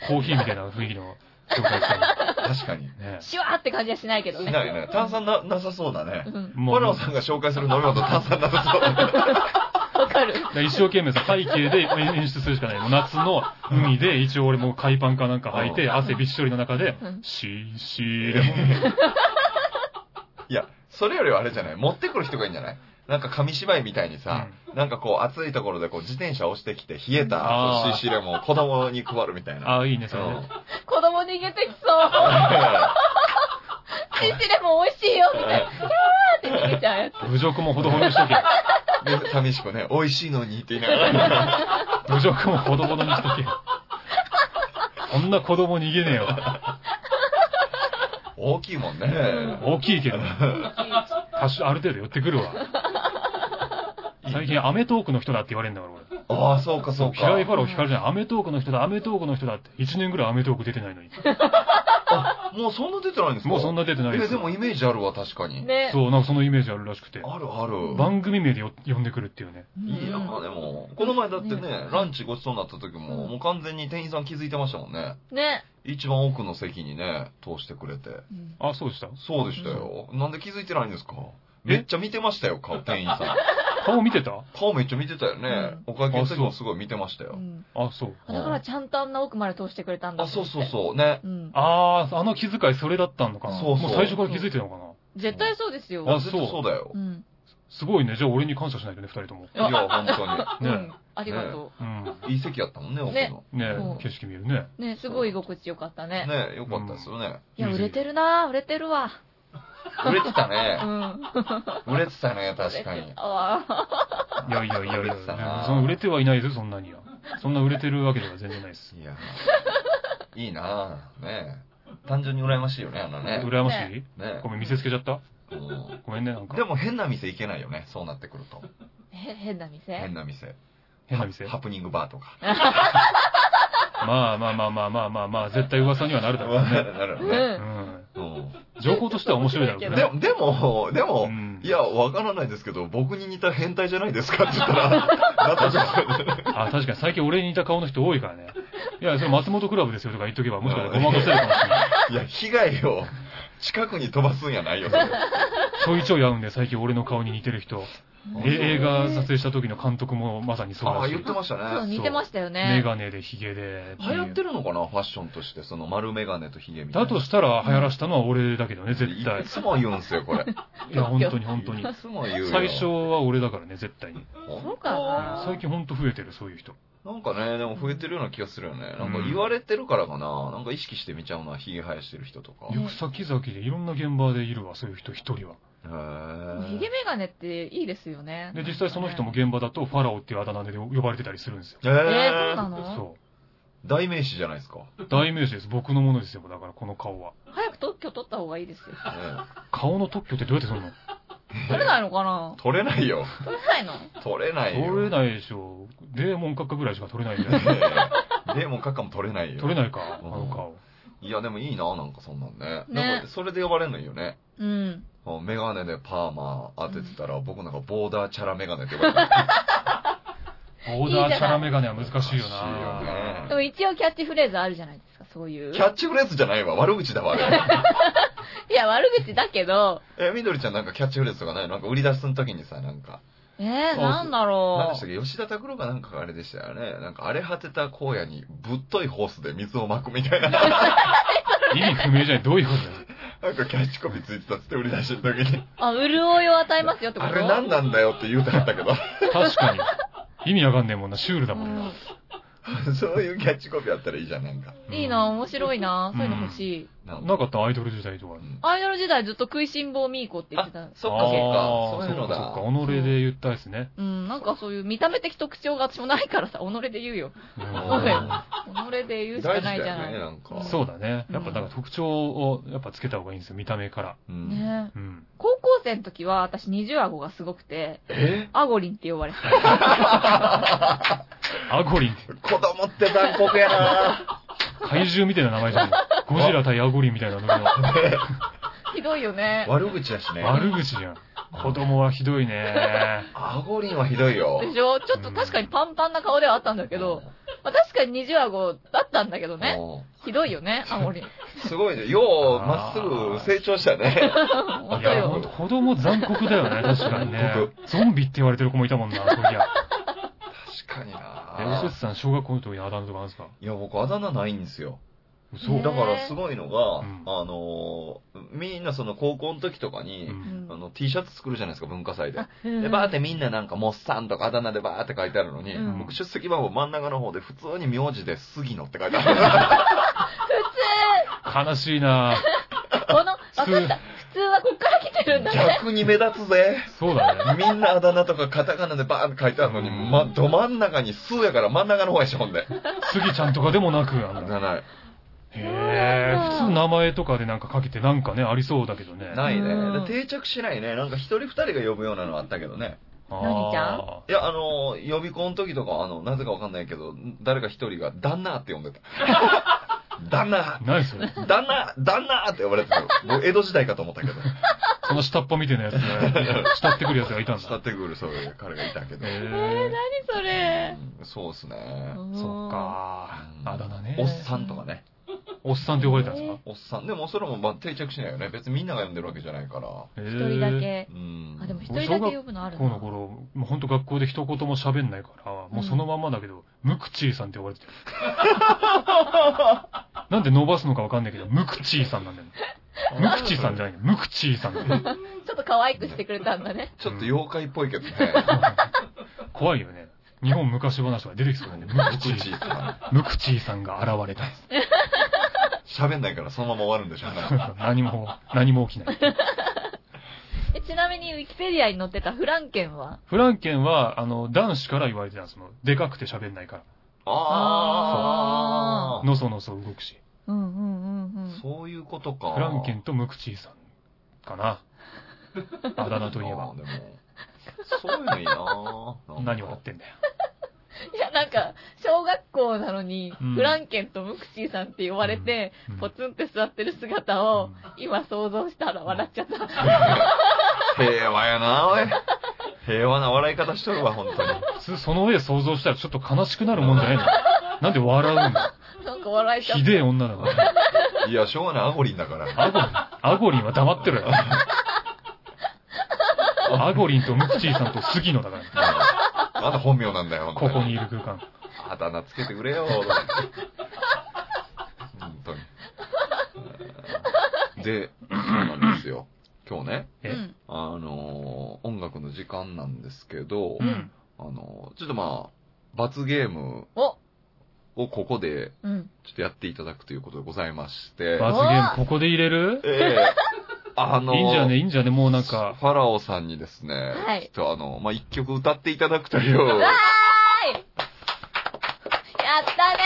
[SPEAKER 1] コーヒーみたいな雰囲気の紹介した
[SPEAKER 2] 確かに。
[SPEAKER 1] ね
[SPEAKER 4] シュワーって感じはしないけど
[SPEAKER 2] し
[SPEAKER 4] ね。
[SPEAKER 2] ないね。炭酸な、なさそうだね
[SPEAKER 4] う。ん。
[SPEAKER 1] も
[SPEAKER 2] パ
[SPEAKER 1] う、
[SPEAKER 2] ラオさんが紹介する飲み物炭酸なさそ うだね。
[SPEAKER 4] わかる。
[SPEAKER 1] 一生懸命さ、背景で演出するしかない。もう夏の海で、一応俺も海パンかなんか履いて、汗びっしょりの中で
[SPEAKER 4] う、ん
[SPEAKER 1] シーシーレモン。
[SPEAKER 2] いや、それよりはあれじゃない持ってくる人がいいんじゃないなんか紙芝居みたいにさ、なんかこう暑いところでこう自転車押してきて冷えた
[SPEAKER 1] あー
[SPEAKER 2] CC レモンを子供に配るみたいな。
[SPEAKER 1] ああ、いいね、
[SPEAKER 2] う
[SPEAKER 1] それね
[SPEAKER 2] ん。
[SPEAKER 4] 子供逃げてきそう。シシレモン美味しいよみたいな。キャーって逃げちゃうやつ。
[SPEAKER 1] 侮辱もほどほどにしとけ。
[SPEAKER 2] で寂しくね、美味しいのにって言いながら、
[SPEAKER 1] 侮辱もほどほどにしとけ。こんな子供逃げねえわ。
[SPEAKER 2] 大きいもんね。
[SPEAKER 1] 大きいけど、多少ある程度寄ってくるわ。最近、アメトークの人だって言われるんだから、俺。
[SPEAKER 2] ああ、そうかそうか。
[SPEAKER 1] 平井ファロー光るじゃん。アメトークの人だ、アメトークの人だって。1年ぐらいアメトーク出てないのに。
[SPEAKER 2] あもうそんな出てないんですか
[SPEAKER 1] もうそんな出てない
[SPEAKER 2] え、
[SPEAKER 1] です
[SPEAKER 2] で
[SPEAKER 1] よ。
[SPEAKER 2] もイメージあるわ、確かに。
[SPEAKER 4] ね。
[SPEAKER 1] そう、なんかそのイメージあるらしくて。
[SPEAKER 2] あるある。
[SPEAKER 1] 番組名でよ呼んでくるっていうね。
[SPEAKER 4] うん
[SPEAKER 2] いやーでも、この前だってね、
[SPEAKER 4] ね
[SPEAKER 2] ランチごちそうになった時も、
[SPEAKER 4] うん
[SPEAKER 2] もう完全に店員さん気づいてましたもんね。
[SPEAKER 4] ね。
[SPEAKER 2] 一番奥の席にね、通してくれて。
[SPEAKER 1] あ、そうでした。
[SPEAKER 2] そうでしたよ。なんで気づいてないんですか
[SPEAKER 1] え
[SPEAKER 2] めっちゃ見てましたよ、顔、店員さ
[SPEAKER 1] 顔見てた
[SPEAKER 2] ん。顔めっちゃ見てたよね。お会計の時もすごい見てました
[SPEAKER 4] う
[SPEAKER 2] よ。
[SPEAKER 4] ん
[SPEAKER 1] あ、そう。
[SPEAKER 4] あだからちゃんとあんな奥まで通してくれたんだ
[SPEAKER 2] あ、
[SPEAKER 4] と
[SPEAKER 2] そう
[SPEAKER 4] 思って。
[SPEAKER 2] そうそう、ね。
[SPEAKER 4] うん。
[SPEAKER 1] あー、あの気遣いそれだったのかな。
[SPEAKER 2] そうそ
[SPEAKER 1] も
[SPEAKER 2] う
[SPEAKER 1] う最初から気づいてたのかな。
[SPEAKER 4] 絶対そうですよ。
[SPEAKER 1] あ
[SPEAKER 2] 絶対
[SPEAKER 1] そう
[SPEAKER 2] そうだよ
[SPEAKER 4] う。ん。
[SPEAKER 1] すごいね。じゃあ俺に感謝しないとね、二人とも。
[SPEAKER 2] いや、本
[SPEAKER 4] う
[SPEAKER 1] ね
[SPEAKER 4] ん。ありがと
[SPEAKER 1] うん。
[SPEAKER 2] 当に。いい席やったもんね、奥の。
[SPEAKER 4] ね
[SPEAKER 2] ね
[SPEAKER 1] ね
[SPEAKER 4] そう
[SPEAKER 1] 景色見えるね。
[SPEAKER 4] う。ね、すごい居心地よかったね。
[SPEAKER 2] よかったですよね。
[SPEAKER 4] いや、売れてるなぁ売れてるわ。
[SPEAKER 2] 売れてた
[SPEAKER 4] う
[SPEAKER 2] ね。
[SPEAKER 4] ん。
[SPEAKER 2] 売れてたね、確か
[SPEAKER 4] 売れ
[SPEAKER 2] に
[SPEAKER 4] て。たわ
[SPEAKER 1] いやいやいやい
[SPEAKER 2] 売れ
[SPEAKER 1] や
[SPEAKER 2] てたな。
[SPEAKER 1] その売れてはいないですよ、そんなには。そんな売れてるわけでは全然ないです。
[SPEAKER 2] いやーいいなぁ。ねえ単純に羨ましいよね、あの ね。
[SPEAKER 1] 羨ましい
[SPEAKER 2] ね
[SPEAKER 1] ごめん、見せつけちゃった
[SPEAKER 2] えうん
[SPEAKER 1] ごめんね、なんか
[SPEAKER 2] で。も変な店行けないよね、そうなってくると。
[SPEAKER 4] へ変な店
[SPEAKER 2] 変な店。
[SPEAKER 1] 変な店。
[SPEAKER 2] ハプニングバーとか。
[SPEAKER 1] まあまあまあまあまあまあまあ、絶対噂にはなるだ ろうね。
[SPEAKER 2] なる
[SPEAKER 4] う
[SPEAKER 2] ほどね。
[SPEAKER 4] ん。
[SPEAKER 2] う
[SPEAKER 1] うん。情報としては面白いだろうけ
[SPEAKER 2] ん
[SPEAKER 1] ど
[SPEAKER 2] で
[SPEAKER 1] ね。
[SPEAKER 2] も、でも、で
[SPEAKER 1] う
[SPEAKER 2] も、
[SPEAKER 1] ん
[SPEAKER 2] いや、わからないですけど、僕に似た変態じゃないですかって言っ たら、なったじゃない
[SPEAKER 1] あ、確かに最近俺に似た顔の人多いからね。いや、それ松本クラブですよとか言っとけば、もしか したらごまかせるかもしれない。
[SPEAKER 2] いや、被害を近くに飛ばすんやな いよ、それ
[SPEAKER 1] ちょいちょい会うんで、最近俺の顔に似てる人。え映画撮影した時の監督もまさにそう
[SPEAKER 2] あ
[SPEAKER 1] だ
[SPEAKER 2] あ、
[SPEAKER 1] し
[SPEAKER 2] 言っ。てました
[SPEAKER 4] そう、
[SPEAKER 2] ね。
[SPEAKER 4] 似てましたよ
[SPEAKER 1] メ
[SPEAKER 4] ね。
[SPEAKER 1] ガネでヒゲで。
[SPEAKER 2] 流行ってるのかな、ファッションとして、その丸メガネとヒゲみたい
[SPEAKER 1] だ
[SPEAKER 2] な。
[SPEAKER 1] としたら流行らしたのは俺だけどね、絶対
[SPEAKER 2] い。つも言うんすよ、これ。
[SPEAKER 1] いや、本当に本当に
[SPEAKER 2] い。つも言うよ。
[SPEAKER 1] 最初は俺だからね、絶対に。
[SPEAKER 4] そうかな
[SPEAKER 1] 最近ほんと増えてる、そういう人。
[SPEAKER 2] なんかね、でも増えてるような気がするよね。なんか
[SPEAKER 1] うん
[SPEAKER 2] 言われてるからかな。なんか意識して見ちゃうな、ヒゲ生やしてる人とか。
[SPEAKER 1] 行く先々でいろんな現場でいるわ、そういう人一人は。
[SPEAKER 2] へー
[SPEAKER 4] ヒゲメガネっていいですよね。
[SPEAKER 1] で、実際その人も現場だと、ファラオっていうあだ名で呼ばれてたりするんですよ。
[SPEAKER 2] え
[SPEAKER 4] えー、そうな
[SPEAKER 2] ー、
[SPEAKER 4] の
[SPEAKER 1] そう。
[SPEAKER 2] 代名詞じゃないですか。
[SPEAKER 1] 代名詞です。僕のものですよ、だからこの顔は。
[SPEAKER 4] 早く特許取った方がいいですよ。
[SPEAKER 2] ね
[SPEAKER 1] 顔の特許ってどうやってそんの
[SPEAKER 4] 取れないのかな
[SPEAKER 2] 取れないよ。
[SPEAKER 4] 取れないの
[SPEAKER 2] 取れないよ。
[SPEAKER 1] 取れないでしょ。デーモン閣下ぐらいしか取れないんだよ。
[SPEAKER 2] い。でも、かかも取れないよ。
[SPEAKER 1] 取れないか、あ
[SPEAKER 2] うん
[SPEAKER 1] の顔。
[SPEAKER 2] いや、でもいいな、なんかそんなんね。
[SPEAKER 4] ね
[SPEAKER 2] なんか、それで呼ばれるのいいよね。
[SPEAKER 4] うん。
[SPEAKER 2] あメガネでパーマ当ててたら、僕なんかボーダーチャラメガネって呼ばれてる。
[SPEAKER 1] ボーダーチャラメガネは難しいよな
[SPEAKER 2] 難しいよね
[SPEAKER 4] でも一応キャッチフレーズあるじゃないですか、そういう。
[SPEAKER 2] キャッチフレーズじゃないわ。悪口だわ、あれ。
[SPEAKER 4] いや、悪口だけど、
[SPEAKER 2] え、みどりちゃんなんかキャッチフレーズとかないなんか売り出すの時にさ、なんか。
[SPEAKER 4] えー、なんだ
[SPEAKER 2] 何
[SPEAKER 4] ろ
[SPEAKER 2] でしたっけ吉田拓郎かなんかがあれでしたよね。なんか荒れ果てた荒野にぶっといホースで水をまくみたいな、な
[SPEAKER 1] 意味不明じゃない。どういうことだよ。
[SPEAKER 2] んかキャッチコピーついてたっつって売り出しの時に
[SPEAKER 4] う。、あ、潤いを与えますよってこ
[SPEAKER 2] あ
[SPEAKER 4] と
[SPEAKER 2] れ何なんだよって言うてはったけど、
[SPEAKER 1] 確かに。意味わかんねえもんな、シュールだもんな。
[SPEAKER 2] そういうキャッチコピーあったらいいじゃん、なんか。
[SPEAKER 4] うんいいな、面白いな、そういうの欲しい。
[SPEAKER 2] なん
[SPEAKER 1] なかったアイドル時代とか
[SPEAKER 2] う
[SPEAKER 1] に。
[SPEAKER 2] ん
[SPEAKER 4] アイドル時代ずっと食いしん坊ミーコって言ってた
[SPEAKER 2] あ。そっか
[SPEAKER 1] あ
[SPEAKER 2] そ
[SPEAKER 1] ー
[SPEAKER 2] っか、そういう
[SPEAKER 1] そ
[SPEAKER 2] の
[SPEAKER 1] っか
[SPEAKER 2] だ
[SPEAKER 1] そ。っか、己で言ったですね。
[SPEAKER 4] うん、なんかそういう見た目的特徴が私もないからさ、己で言うよ。
[SPEAKER 1] うん
[SPEAKER 4] そうだよ己で言うしか
[SPEAKER 2] 大事
[SPEAKER 4] な
[SPEAKER 2] だ
[SPEAKER 4] いじゃ
[SPEAKER 2] よ
[SPEAKER 4] ない。
[SPEAKER 2] ね、なんか。
[SPEAKER 1] そうだね。やっぱだから特徴をやっぱつけた方がいいんですよ、見た目から。
[SPEAKER 2] うん。
[SPEAKER 4] ね
[SPEAKER 1] うん。
[SPEAKER 4] 高校生の時は私二重顎がすごくて、
[SPEAKER 2] え
[SPEAKER 4] アゴリンって呼ばれてた。
[SPEAKER 1] アゴリンって、
[SPEAKER 2] 子供って残酷やな
[SPEAKER 1] 怪獣みたいな名前じゃ ん。ゴジラ対アゴリンみたいなのの
[SPEAKER 4] ひどいよね。
[SPEAKER 2] 悪口だしね。
[SPEAKER 1] 悪口じゃん。子供はひどいね。
[SPEAKER 2] アゴリンはひどいよ。
[SPEAKER 4] でしょちょっと確かにパンパンな顔ではあったんだけど、まあ、確かに二重顎だったんだけどね。
[SPEAKER 2] おう
[SPEAKER 4] ひどいよね、青森。
[SPEAKER 2] すごいね。よう、まっすぐ成長したね。
[SPEAKER 4] 本
[SPEAKER 1] い
[SPEAKER 4] 当
[SPEAKER 1] や、
[SPEAKER 4] よ
[SPEAKER 1] ほんと子供残酷だよね、確かにね。ゾンビって言われてる子もいたもんな、そういや。
[SPEAKER 2] 確かに
[SPEAKER 1] え、おせ
[SPEAKER 2] な
[SPEAKER 1] つさん、小学校の時にあだ名とかあるんですか
[SPEAKER 2] いや、僕、あだ名ないんですよ。
[SPEAKER 1] 嘘
[SPEAKER 4] ね
[SPEAKER 2] だから、すごいのが、
[SPEAKER 1] うん
[SPEAKER 2] あのー、みんなその高校の時とか
[SPEAKER 1] う
[SPEAKER 2] に、
[SPEAKER 1] ん
[SPEAKER 2] あの、T シャツ作るじゃないですか、文化祭で。
[SPEAKER 4] うん
[SPEAKER 2] で、バーってみんななんか、モッサンとかあだ名でバーって書いてあるのに、
[SPEAKER 4] うん
[SPEAKER 2] 僕出席番号真ん中の方で普通に名字で杉野って書いてある。
[SPEAKER 1] 悲しいな
[SPEAKER 4] この、わか
[SPEAKER 1] 普
[SPEAKER 4] っ
[SPEAKER 1] 通
[SPEAKER 4] た。普通はこっから来てるんだね。
[SPEAKER 2] 逆に目立つぜ。
[SPEAKER 1] そうだね。
[SPEAKER 2] みんなあだ名とかカタカナでバーって書いてあるのに、
[SPEAKER 1] うん
[SPEAKER 2] ま、ど真ん中に数やから真ん中の方やし、ほんで。
[SPEAKER 1] スギちゃんとかでもなく、あ
[SPEAKER 2] あ
[SPEAKER 1] ん
[SPEAKER 2] だ
[SPEAKER 1] な。
[SPEAKER 2] 名ない。
[SPEAKER 1] へえ、普通名前とかでなんかかけてなんかね、ありそうだけどね。
[SPEAKER 2] ない
[SPEAKER 4] うん
[SPEAKER 2] ね。で定着しないね。なんか一人二人が呼ぶようなのあったけどね。
[SPEAKER 1] あー
[SPEAKER 4] 何ちゃん
[SPEAKER 2] いや、あの、予備校の時とか、あの、なぜかわかんないけど、誰か一人が、旦那って呼ん でた。旦那
[SPEAKER 1] 何それ
[SPEAKER 2] 旦那旦那って呼ばれてたよ。もう江戸時代かと思った けど。
[SPEAKER 1] その下っ端みたいなやつ ね。慕ってくるやつがいたん
[SPEAKER 2] 慕
[SPEAKER 1] だ。
[SPEAKER 2] ってくる、そういう彼がいたけど。
[SPEAKER 1] へ
[SPEAKER 4] 何それ。
[SPEAKER 2] うんそうですね。
[SPEAKER 1] え。そっか
[SPEAKER 2] うん
[SPEAKER 1] あだ名ね。
[SPEAKER 2] おっさんとかね。
[SPEAKER 1] おっさんって呼ばれたんですか
[SPEAKER 2] おっさん。でもそれもまあ定着しないよね。別にみんなが呼んでるわけじゃないから。
[SPEAKER 1] 一
[SPEAKER 4] 一人だ。け
[SPEAKER 2] う。ん。
[SPEAKER 4] あ、でも一人だけ呼ぶのある
[SPEAKER 1] この
[SPEAKER 4] な。
[SPEAKER 1] 頃、もうほんと学校で一言も喋んないから、もうそのまんまだけど、無口さんって呼ばれてる。なんで伸ばすのかわかんないけど、無口さんなんだよ。無口さんじゃないの無口さんなんだよ。
[SPEAKER 4] ちょっと可愛くしてくれたんだね。
[SPEAKER 2] ちょっと妖怪っぽいけどね。
[SPEAKER 1] 怖いよね。日本昔話とか出てきそうだね。無口
[SPEAKER 2] 口さ
[SPEAKER 1] 無口さんが現れたんです。
[SPEAKER 2] ん。喋んないからそのまま終わるん でしょうね。
[SPEAKER 1] 何も、何も起きない。
[SPEAKER 4] えちなみに、ウィキペディアに載ってたフランケンは
[SPEAKER 1] フランケンは、あの、男子から言われてたんです。その、でかくて喋んないか
[SPEAKER 2] あ
[SPEAKER 4] あ
[SPEAKER 1] ら。
[SPEAKER 2] あ。
[SPEAKER 1] のそのそ動くし。
[SPEAKER 4] うんうんうんうん。
[SPEAKER 2] そういうことか。
[SPEAKER 1] フランケンとムクチーさんかな。あだ名といえば
[SPEAKER 2] あー。でもそういうのいいなぁ
[SPEAKER 1] 何笑ってんだよ。
[SPEAKER 4] いや、なんか、小学校なのに、
[SPEAKER 1] うん
[SPEAKER 4] フランケンとムクシーさんって言われて、
[SPEAKER 1] うんうん
[SPEAKER 4] ポツンって座ってる姿を、今想像したら笑っちゃった。
[SPEAKER 2] 平和やなおい。平和な笑い方しとるわ、本当に。
[SPEAKER 1] 普通その上想像したらちょっと悲しくなるもんじゃないのなんで笑うんだ
[SPEAKER 4] なんか笑えちゃっ
[SPEAKER 1] ひでえ女だから。
[SPEAKER 2] いや、しょうがない、アゴリンだから。
[SPEAKER 1] アゴリン、アゴリンは黙 ってろよ。アゴリンとムクチーさんと杉野だから。
[SPEAKER 2] まだ本名なんだよ、
[SPEAKER 1] こ
[SPEAKER 2] 本当
[SPEAKER 1] こにいる空間。
[SPEAKER 2] あだ名つけてくれよ、本当に。で、そうなんですよ。今日ね、
[SPEAKER 4] た。
[SPEAKER 1] え
[SPEAKER 4] うん。
[SPEAKER 2] あのー音楽の時間なんですけど、
[SPEAKER 1] うん。
[SPEAKER 2] あのーちょっとまあ、罰ゲーム
[SPEAKER 4] お
[SPEAKER 2] をここで、
[SPEAKER 4] うん。
[SPEAKER 2] ちょっとやっていただくということでございまして、
[SPEAKER 1] 罰ゲームここで入れる
[SPEAKER 2] ええあのー
[SPEAKER 1] いいんじゃねいいんじゃねもうなんか。
[SPEAKER 2] ファラオさんにですね、
[SPEAKER 4] はい
[SPEAKER 2] ちょっとあの、まあ、一曲歌っていただくという、
[SPEAKER 4] はいやったね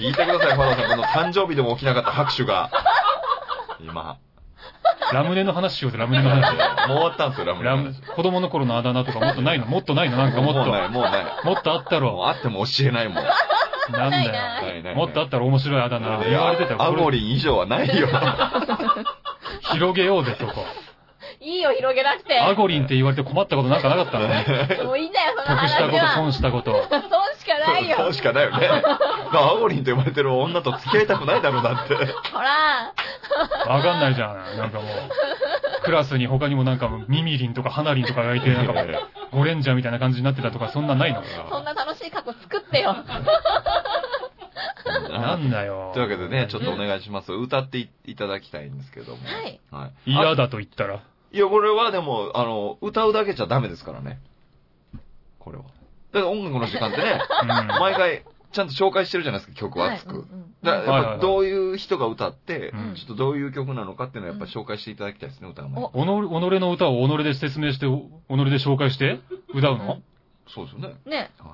[SPEAKER 2] 聞いてください、ファラオさん。この誕生日でも起きなかった拍手が。今。
[SPEAKER 1] ラムネの話しようぜ、ラムネの
[SPEAKER 2] もう
[SPEAKER 1] 話。
[SPEAKER 2] 終わったんですよ、ラムネ
[SPEAKER 1] ラム
[SPEAKER 2] の話。、
[SPEAKER 1] 子供の頃のあだ名とかもっとないのもっとないのなんかもっ
[SPEAKER 2] もうない、
[SPEAKER 1] と。
[SPEAKER 2] もうない。
[SPEAKER 1] もっとあった
[SPEAKER 2] もう
[SPEAKER 1] ろ。
[SPEAKER 2] あっても教えないもん。
[SPEAKER 1] なん
[SPEAKER 4] な
[SPEAKER 1] だ
[SPEAKER 2] いな
[SPEAKER 1] よ。
[SPEAKER 2] い
[SPEAKER 1] もっとあったら面白いあだ名。言われてたよ
[SPEAKER 2] ア
[SPEAKER 1] こ
[SPEAKER 2] ゴ
[SPEAKER 1] れ
[SPEAKER 2] リン以上はないよ。
[SPEAKER 1] 広げようぜ、そこ。
[SPEAKER 4] いいよ、広げなくて。
[SPEAKER 1] アゴリンって言われて困ったことなんかなかったのね。
[SPEAKER 4] もういいんだよ、その
[SPEAKER 1] 得した
[SPEAKER 4] 話
[SPEAKER 1] こと、
[SPEAKER 4] は。
[SPEAKER 1] 損したこと。
[SPEAKER 4] 損しかない よ。
[SPEAKER 2] そうしかない よね。アゴリンと呼ばれてる女と付き合いたくないだろう、だ って。
[SPEAKER 4] ほら。
[SPEAKER 1] わかんないじゃん。なんかもう。クラスに他にもなんかミミリンとかハナリンとかがいて、なんかもう、ゴレンジャーみたいな感じになってたとか、そんなんないの
[SPEAKER 4] そんな楽しい過去作ってよ。
[SPEAKER 1] なんだよ。
[SPEAKER 2] というわけでね、ちょっとお願いします。歌っていいただきたいんですけども。
[SPEAKER 4] はい。
[SPEAKER 2] はい。
[SPEAKER 1] 嫌だと言ったら。
[SPEAKER 2] いや、これはでも、あの、歌うだけじゃダメですからね。これは。だから音楽の時間ってね、
[SPEAKER 1] うん。
[SPEAKER 2] 毎回、ちゃんと紹介してるじゃないですか、曲は熱
[SPEAKER 4] はい
[SPEAKER 2] く
[SPEAKER 4] う。ん
[SPEAKER 2] だ
[SPEAKER 1] は
[SPEAKER 2] から、
[SPEAKER 1] い
[SPEAKER 2] や
[SPEAKER 1] はい
[SPEAKER 2] っ
[SPEAKER 1] はい
[SPEAKER 2] ぱどういう人が歌って
[SPEAKER 1] うん、
[SPEAKER 2] ちょっとどういう曲なのかっていうのをやっぱ紹介していただきたいですね、歌う前に
[SPEAKER 4] お。
[SPEAKER 1] 己己の歌を己で説明して、己で紹介して、歌うの
[SPEAKER 2] そうですよね。
[SPEAKER 4] うんね
[SPEAKER 2] は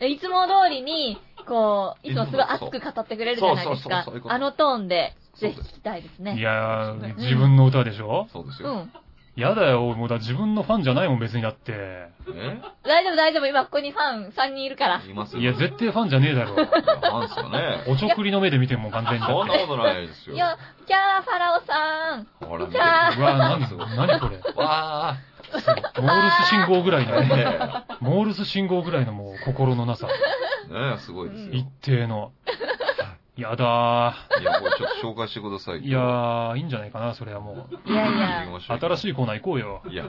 [SPEAKER 4] えいつも通りに、こう、いつもすごい熱く語ってくれるじゃないですか
[SPEAKER 2] そうそうそうそういう。こと
[SPEAKER 4] あのトーンで、
[SPEAKER 2] そう
[SPEAKER 4] ぜ
[SPEAKER 2] で
[SPEAKER 4] ひ
[SPEAKER 2] す
[SPEAKER 4] 聞きたいです
[SPEAKER 1] い
[SPEAKER 4] ね。
[SPEAKER 1] や
[SPEAKER 2] そうで
[SPEAKER 1] ー、
[SPEAKER 2] す
[SPEAKER 1] 自分の歌でしょ
[SPEAKER 2] い。そうです
[SPEAKER 4] う
[SPEAKER 2] よ。
[SPEAKER 4] ん。
[SPEAKER 1] 嫌だよ、もうだ、自分のファンじゃないもん、別にだって。
[SPEAKER 2] え
[SPEAKER 4] 大丈夫大丈夫、今ここにファン3人いるから。
[SPEAKER 2] いますよ。
[SPEAKER 1] いや、絶対ファンじゃねえだろ。
[SPEAKER 2] なんですよね。
[SPEAKER 1] おちょくりの目で見ても完全にだ
[SPEAKER 2] そ
[SPEAKER 1] っ
[SPEAKER 2] ん なことないです
[SPEAKER 4] い
[SPEAKER 2] よ。
[SPEAKER 4] や、キャー、ファラオさん。
[SPEAKER 2] ほら、見
[SPEAKER 4] い
[SPEAKER 2] て。
[SPEAKER 4] や
[SPEAKER 1] て。うわー、何、何これ。
[SPEAKER 2] わあ。
[SPEAKER 1] モールス信号ぐらい
[SPEAKER 2] ね
[SPEAKER 1] の、モールス信号ぐらいのもう心のなさ。
[SPEAKER 2] えねえ、すごいですよ。
[SPEAKER 1] 一定の。やだ
[SPEAKER 2] いや、これちょっと紹介してください。
[SPEAKER 1] ー。いやー、いいんじゃないかな、それはもう。
[SPEAKER 4] いやいや、
[SPEAKER 1] 新
[SPEAKER 2] い
[SPEAKER 1] しいコーナー行こうよ。
[SPEAKER 2] いや、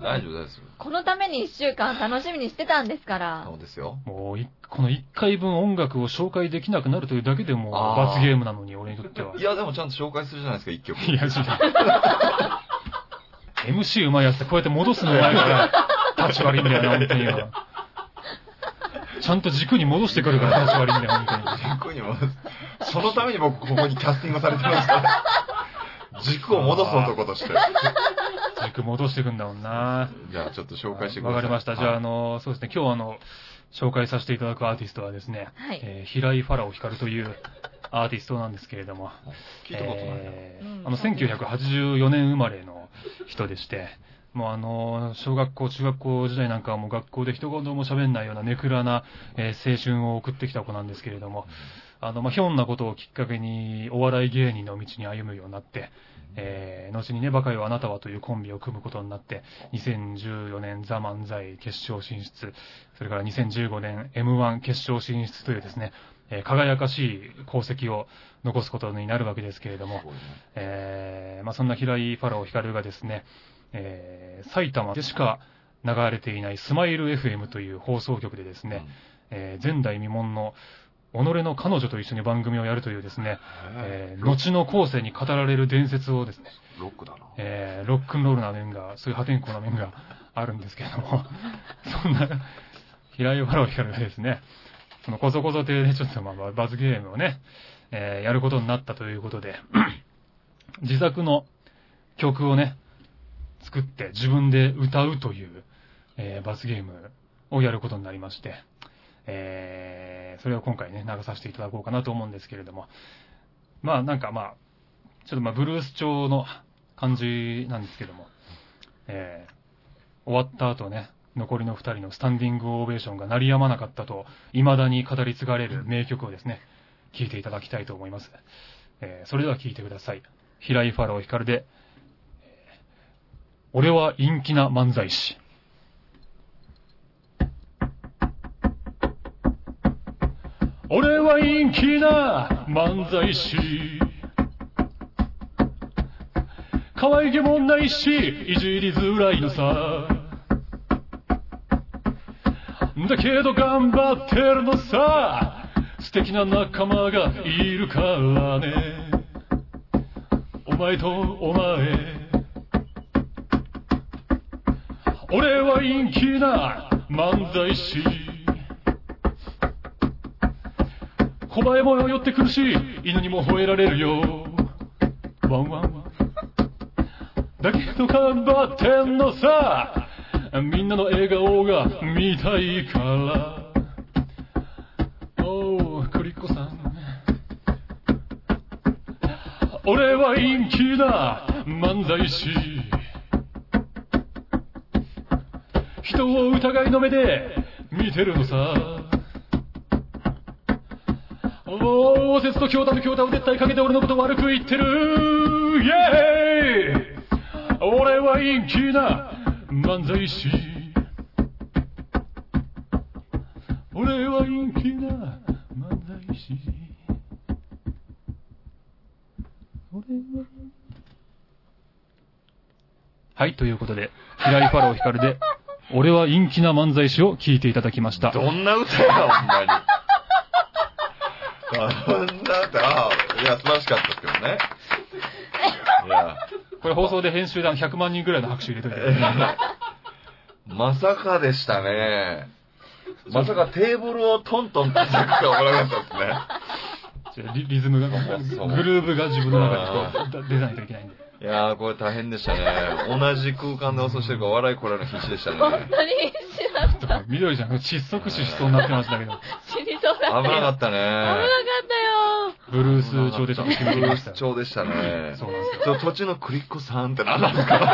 [SPEAKER 2] 大丈夫ですよ。
[SPEAKER 4] このために一週間楽しみにしてたんですから
[SPEAKER 2] そ。うですよ。
[SPEAKER 1] もうい、この一回分音楽を紹介できなくなるというだけでもう
[SPEAKER 2] あー
[SPEAKER 1] 罰ゲームなのに、俺にとっては。
[SPEAKER 2] いや、でもちゃんと紹介するじゃないですか、一曲。
[SPEAKER 1] いや、違う。MC うまいやつってこうやって戻すのうまいから、立ち悪いんだよな、本当に今。ちゃんと軸に戻してくるから立ち悪いんだよ、本当に。
[SPEAKER 2] 軸に戻す。そのために僕、ここにキャスティングされてるんですから。軸を戻す男として。
[SPEAKER 1] 軸戻してくんだもんな。
[SPEAKER 2] じゃあ、ちょっと紹介してください。
[SPEAKER 1] わかりました。じゃあ、あ
[SPEAKER 2] の、
[SPEAKER 1] の、そうですね、今日あの、紹介させていただくアーティストはですね、
[SPEAKER 4] はい
[SPEAKER 1] えー平井ファラオ光というアーティストなんですけれども、
[SPEAKER 2] 聞いたことないな。
[SPEAKER 1] えー
[SPEAKER 4] うん
[SPEAKER 1] あの、1984年生まれの人でして、もうあの、小学校、中学校時代なんかはもう学校で一言も喋んないようなネクラな、えー青春を送ってきた子なんですけれども、あの、まあ、ひょんなことをきっかけにお笑い芸人の道に歩むようになって、えー後にね、バカよあなたはというコンビを組むことになって、2014年ザ・漫才決勝進出、それから2015年 M1 決勝進出というですね、えー輝かしい功績を残すことになるわけですけれども
[SPEAKER 2] す、ごいね
[SPEAKER 1] えーまあ、そんな平井ファラオ光がですね、えー埼玉でしか流れていないスマイル FM という放送局でですね、えー前代未聞の己の彼女と一緒に番組をやるというですね、えー後の後世に語られる伝説をですね、
[SPEAKER 2] ロックだな。
[SPEAKER 1] えーロックンロールな面が、そういう破天荒な面があるんですけれども、そんな平井原光がですね、そのこそこそ亭でちょっとまあ罰ゲームをね、えーやることになったということで、 自作の曲をね、作って自分で歌うという、えー罰ゲームをやることになりまして、えーそれを今回ね、流させていただこうかなと思うんですけれども、まあなんかまあ、ちょっとまあブルース調の感じなんですけども、えー終わった後ね、残りの2人のスタンディングオベーションが鳴りやまなかったと、未だに語り継がれる名曲をですね、聴いていただきたいと思います。えーそれでは聴いてください。平井ファロー光で、えー俺は陰気な漫才師。俺は陰気な漫才師。可愛げもないし、いじりづらいのさ。だけど頑張ってるのさ。素敵な仲間がいるからね。お前とお前。俺は陰気な漫才師。小林も寄ってくるし、犬にも吠えられるよ。ワンワンワン。だけど頑張ってんのさみんなの笑顔が見たいからおうクリッコさん俺は陰気だ漫才師人を疑いの目で見てるのさおー、節と京太と京太を絶対かけて俺のこと悪く言ってるイエーイ俺は陰気な漫才師俺は陰気な漫才師俺ははい、ということで、平井ファロー光で、俺は陰気な漫才師を聞いていただきま した。
[SPEAKER 2] どんな歌や、ほんま に。どんな歌、ああ、いや、素晴らしかったですけどね。いや、
[SPEAKER 1] これ放送で編集団100万人ぐらいの拍手入れといて。
[SPEAKER 2] まさかでしたね。まさかテーブルをトントン叩くか思わなかったですね。
[SPEAKER 1] じゃあリリズムが、グ
[SPEAKER 2] そう
[SPEAKER 1] ルーブが自分の中でこう出ないといけないんで。
[SPEAKER 2] いやー、これ大変でしたね。同じ空間で放送してるから笑いこらえるの必死でしたね。
[SPEAKER 4] 本当に必死だっ
[SPEAKER 1] ちょっと緑ちゃんが窒息死しそうになってましたけど、
[SPEAKER 4] た。死にそ
[SPEAKER 2] 危
[SPEAKER 4] うだった。
[SPEAKER 2] な
[SPEAKER 4] 危な
[SPEAKER 2] か
[SPEAKER 4] かっ
[SPEAKER 2] ったね。
[SPEAKER 4] た
[SPEAKER 1] ブルース調でちょっと決めて
[SPEAKER 2] ブル
[SPEAKER 1] ま
[SPEAKER 2] ー
[SPEAKER 1] した
[SPEAKER 2] ス
[SPEAKER 1] よ。
[SPEAKER 2] 調でしたね。
[SPEAKER 1] そうなんですよ。
[SPEAKER 2] ちょ途中のクリッコさんって何なんですか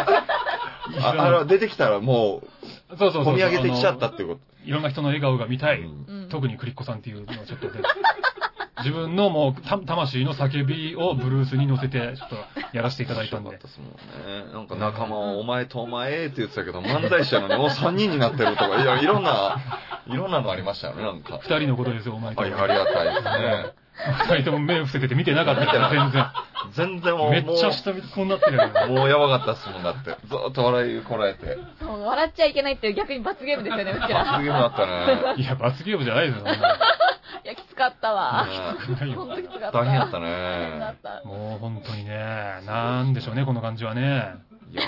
[SPEAKER 2] ああの、出てきたらも
[SPEAKER 1] そう
[SPEAKER 2] う、
[SPEAKER 1] そうそう。
[SPEAKER 2] 込み上げてきちゃったっていうこと。
[SPEAKER 1] あのいろんな人の笑顔が見たい。
[SPEAKER 2] うん
[SPEAKER 4] よ。うん
[SPEAKER 1] 特にクリッコさんっていうのはちょっとで、自分のもうた魂の叫びをブルースに乗せて、ちょっとやらせていただいたん
[SPEAKER 2] 面
[SPEAKER 1] で
[SPEAKER 2] 白かっ。たですもんね。なんか仲間をお前とお前って言ってたけど、漫才師なのにもう3人になってるとか、いや、いろんないろんなのありましたよね、なんか。
[SPEAKER 1] 二人のことですよ、お前と。
[SPEAKER 2] はい、ありがたいですね。
[SPEAKER 1] 二人とも目を伏せてて見てなかったから、
[SPEAKER 2] 全然もう、
[SPEAKER 1] 全然。めっちゃ
[SPEAKER 2] も
[SPEAKER 1] 下見こうなってるよね。
[SPEAKER 2] うもうやばかったっすもんだって。ずーっと笑いこらえて。
[SPEAKER 4] そう笑っちゃいけないっていう逆に罰ゲームですよね、う ちら。
[SPEAKER 2] 罰ゲームだったね。
[SPEAKER 1] いや、罰ゲームじゃないですよ、そんなの
[SPEAKER 4] いや、きつかったわ。
[SPEAKER 2] ね
[SPEAKER 1] ないよ
[SPEAKER 4] 本当きつかった。
[SPEAKER 2] 大変やった
[SPEAKER 4] ね。大変だ
[SPEAKER 2] ね
[SPEAKER 4] っ。た。
[SPEAKER 1] もう本当にね、なんでしょうね、この感じはね。
[SPEAKER 2] いや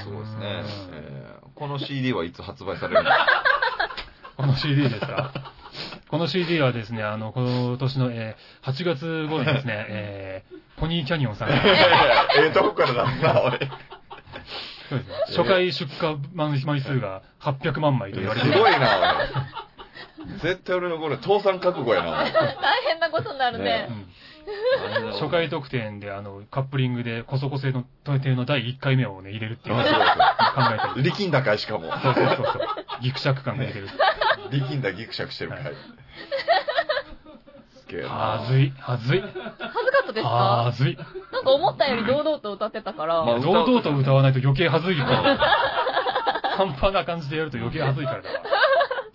[SPEAKER 2] ー、すごいです
[SPEAKER 1] うん
[SPEAKER 2] ね。えーこの CD はいつ発売されるんですか
[SPEAKER 1] この CD ですか。この CD はですね、あの、今年の、えー8月頃にです ね、えーポニーキャニオンさんが、
[SPEAKER 2] ええとこからだな、俺。
[SPEAKER 1] そうですね初回出荷枚数が800万枚と言われて
[SPEAKER 2] す
[SPEAKER 1] る
[SPEAKER 2] ごいな、俺。絶対俺のこれ、倒産覚悟やな、
[SPEAKER 4] 大変なことになる
[SPEAKER 1] う
[SPEAKER 4] ね。
[SPEAKER 1] ん
[SPEAKER 2] 俺。
[SPEAKER 1] 初回特典で、あの、カップリングで、コソコソの特典の第1回目をね、入れるっていうのを考
[SPEAKER 2] あ
[SPEAKER 1] えて
[SPEAKER 2] そう
[SPEAKER 1] る。
[SPEAKER 2] 力んだ回しかも。
[SPEAKER 1] そうそうそうそう。ギクシャク感が出てる。
[SPEAKER 2] 力んだギクシャクしてる回。すげえな
[SPEAKER 1] はずい、はずい、
[SPEAKER 4] 恥ずかったです
[SPEAKER 1] は
[SPEAKER 4] か
[SPEAKER 1] ずい。
[SPEAKER 4] なんか思ったより堂々と歌ってたから。
[SPEAKER 2] まあ
[SPEAKER 1] 堂々と歌わないと余計はずいから。半端な感じでやると余計はずいからだわ。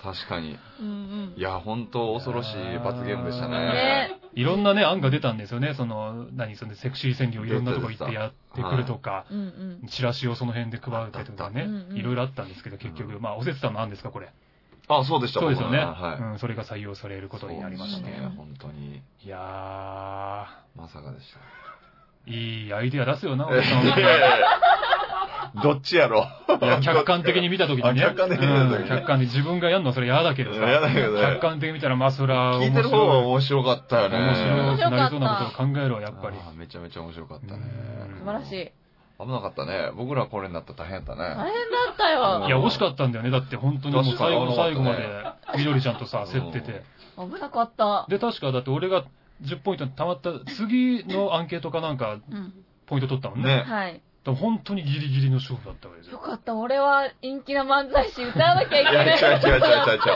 [SPEAKER 2] 確かに。
[SPEAKER 4] うんうん
[SPEAKER 2] い。や、本当恐ろしい罰ゲームでしたね。
[SPEAKER 4] ね
[SPEAKER 1] いろんなね、案が出たんですよね。その、何、そのセクシー川柳をいろんなとこ行ってやってくるとか、
[SPEAKER 4] うんうん。
[SPEAKER 1] チラシをその辺で配ってとかね
[SPEAKER 4] うんう、ん
[SPEAKER 1] いろいろあったんですけど、結局、まあ、おせつさんの案ですか、これ。
[SPEAKER 2] あ、そうでした、
[SPEAKER 1] そうですよね。
[SPEAKER 2] 僕のは
[SPEAKER 1] うん、それが採用される
[SPEAKER 2] い。
[SPEAKER 1] ことになりまし
[SPEAKER 2] そう
[SPEAKER 1] て
[SPEAKER 2] で。すね本当に。
[SPEAKER 1] いや
[SPEAKER 2] まさかでした。
[SPEAKER 1] ー、いいアイデア出すよな、お
[SPEAKER 2] え
[SPEAKER 1] 客さんは。
[SPEAKER 2] いやいやいやどっちやろ
[SPEAKER 1] いや客観的に見たときにね。
[SPEAKER 2] あ客観的に見た時
[SPEAKER 1] うん客観的自分がやるのはそれ嫌だけどさ。
[SPEAKER 2] 嫌だけどね
[SPEAKER 1] 客観的に見たら、まあ、そら、
[SPEAKER 2] 聞いてる方が面白かったよね。
[SPEAKER 1] 面
[SPEAKER 4] い
[SPEAKER 1] 白くなりそうなことを考えろ、やっぱり。
[SPEAKER 2] あーめちゃめちゃ面白かったね
[SPEAKER 1] うん。
[SPEAKER 4] 素晴らしい。
[SPEAKER 2] 危なかったね。僕らこれになったら大変だ
[SPEAKER 4] 大
[SPEAKER 2] ね。
[SPEAKER 4] 変だったよ
[SPEAKER 1] い。や、惜しかったんだよね。だって本当にもう
[SPEAKER 2] 確か
[SPEAKER 1] 最
[SPEAKER 2] に
[SPEAKER 1] 後の最後まで
[SPEAKER 2] 危な、
[SPEAKER 1] みどりちゃんとさ、競って
[SPEAKER 2] う
[SPEAKER 1] て。
[SPEAKER 4] 危なかった。
[SPEAKER 1] で、確かだって俺が10ポイント溜まった、次のアンケートかなんか、
[SPEAKER 4] うん。
[SPEAKER 1] ポイント取ったもんね。
[SPEAKER 2] ね。
[SPEAKER 4] はい。
[SPEAKER 1] だから本当にギリギリの勝負だったわけです
[SPEAKER 4] よ
[SPEAKER 1] よ。
[SPEAKER 4] かった。俺は陰気な漫才師歌わなきゃい
[SPEAKER 2] い
[SPEAKER 4] け
[SPEAKER 2] や、違う
[SPEAKER 4] ない。
[SPEAKER 2] 違う違う違う違う。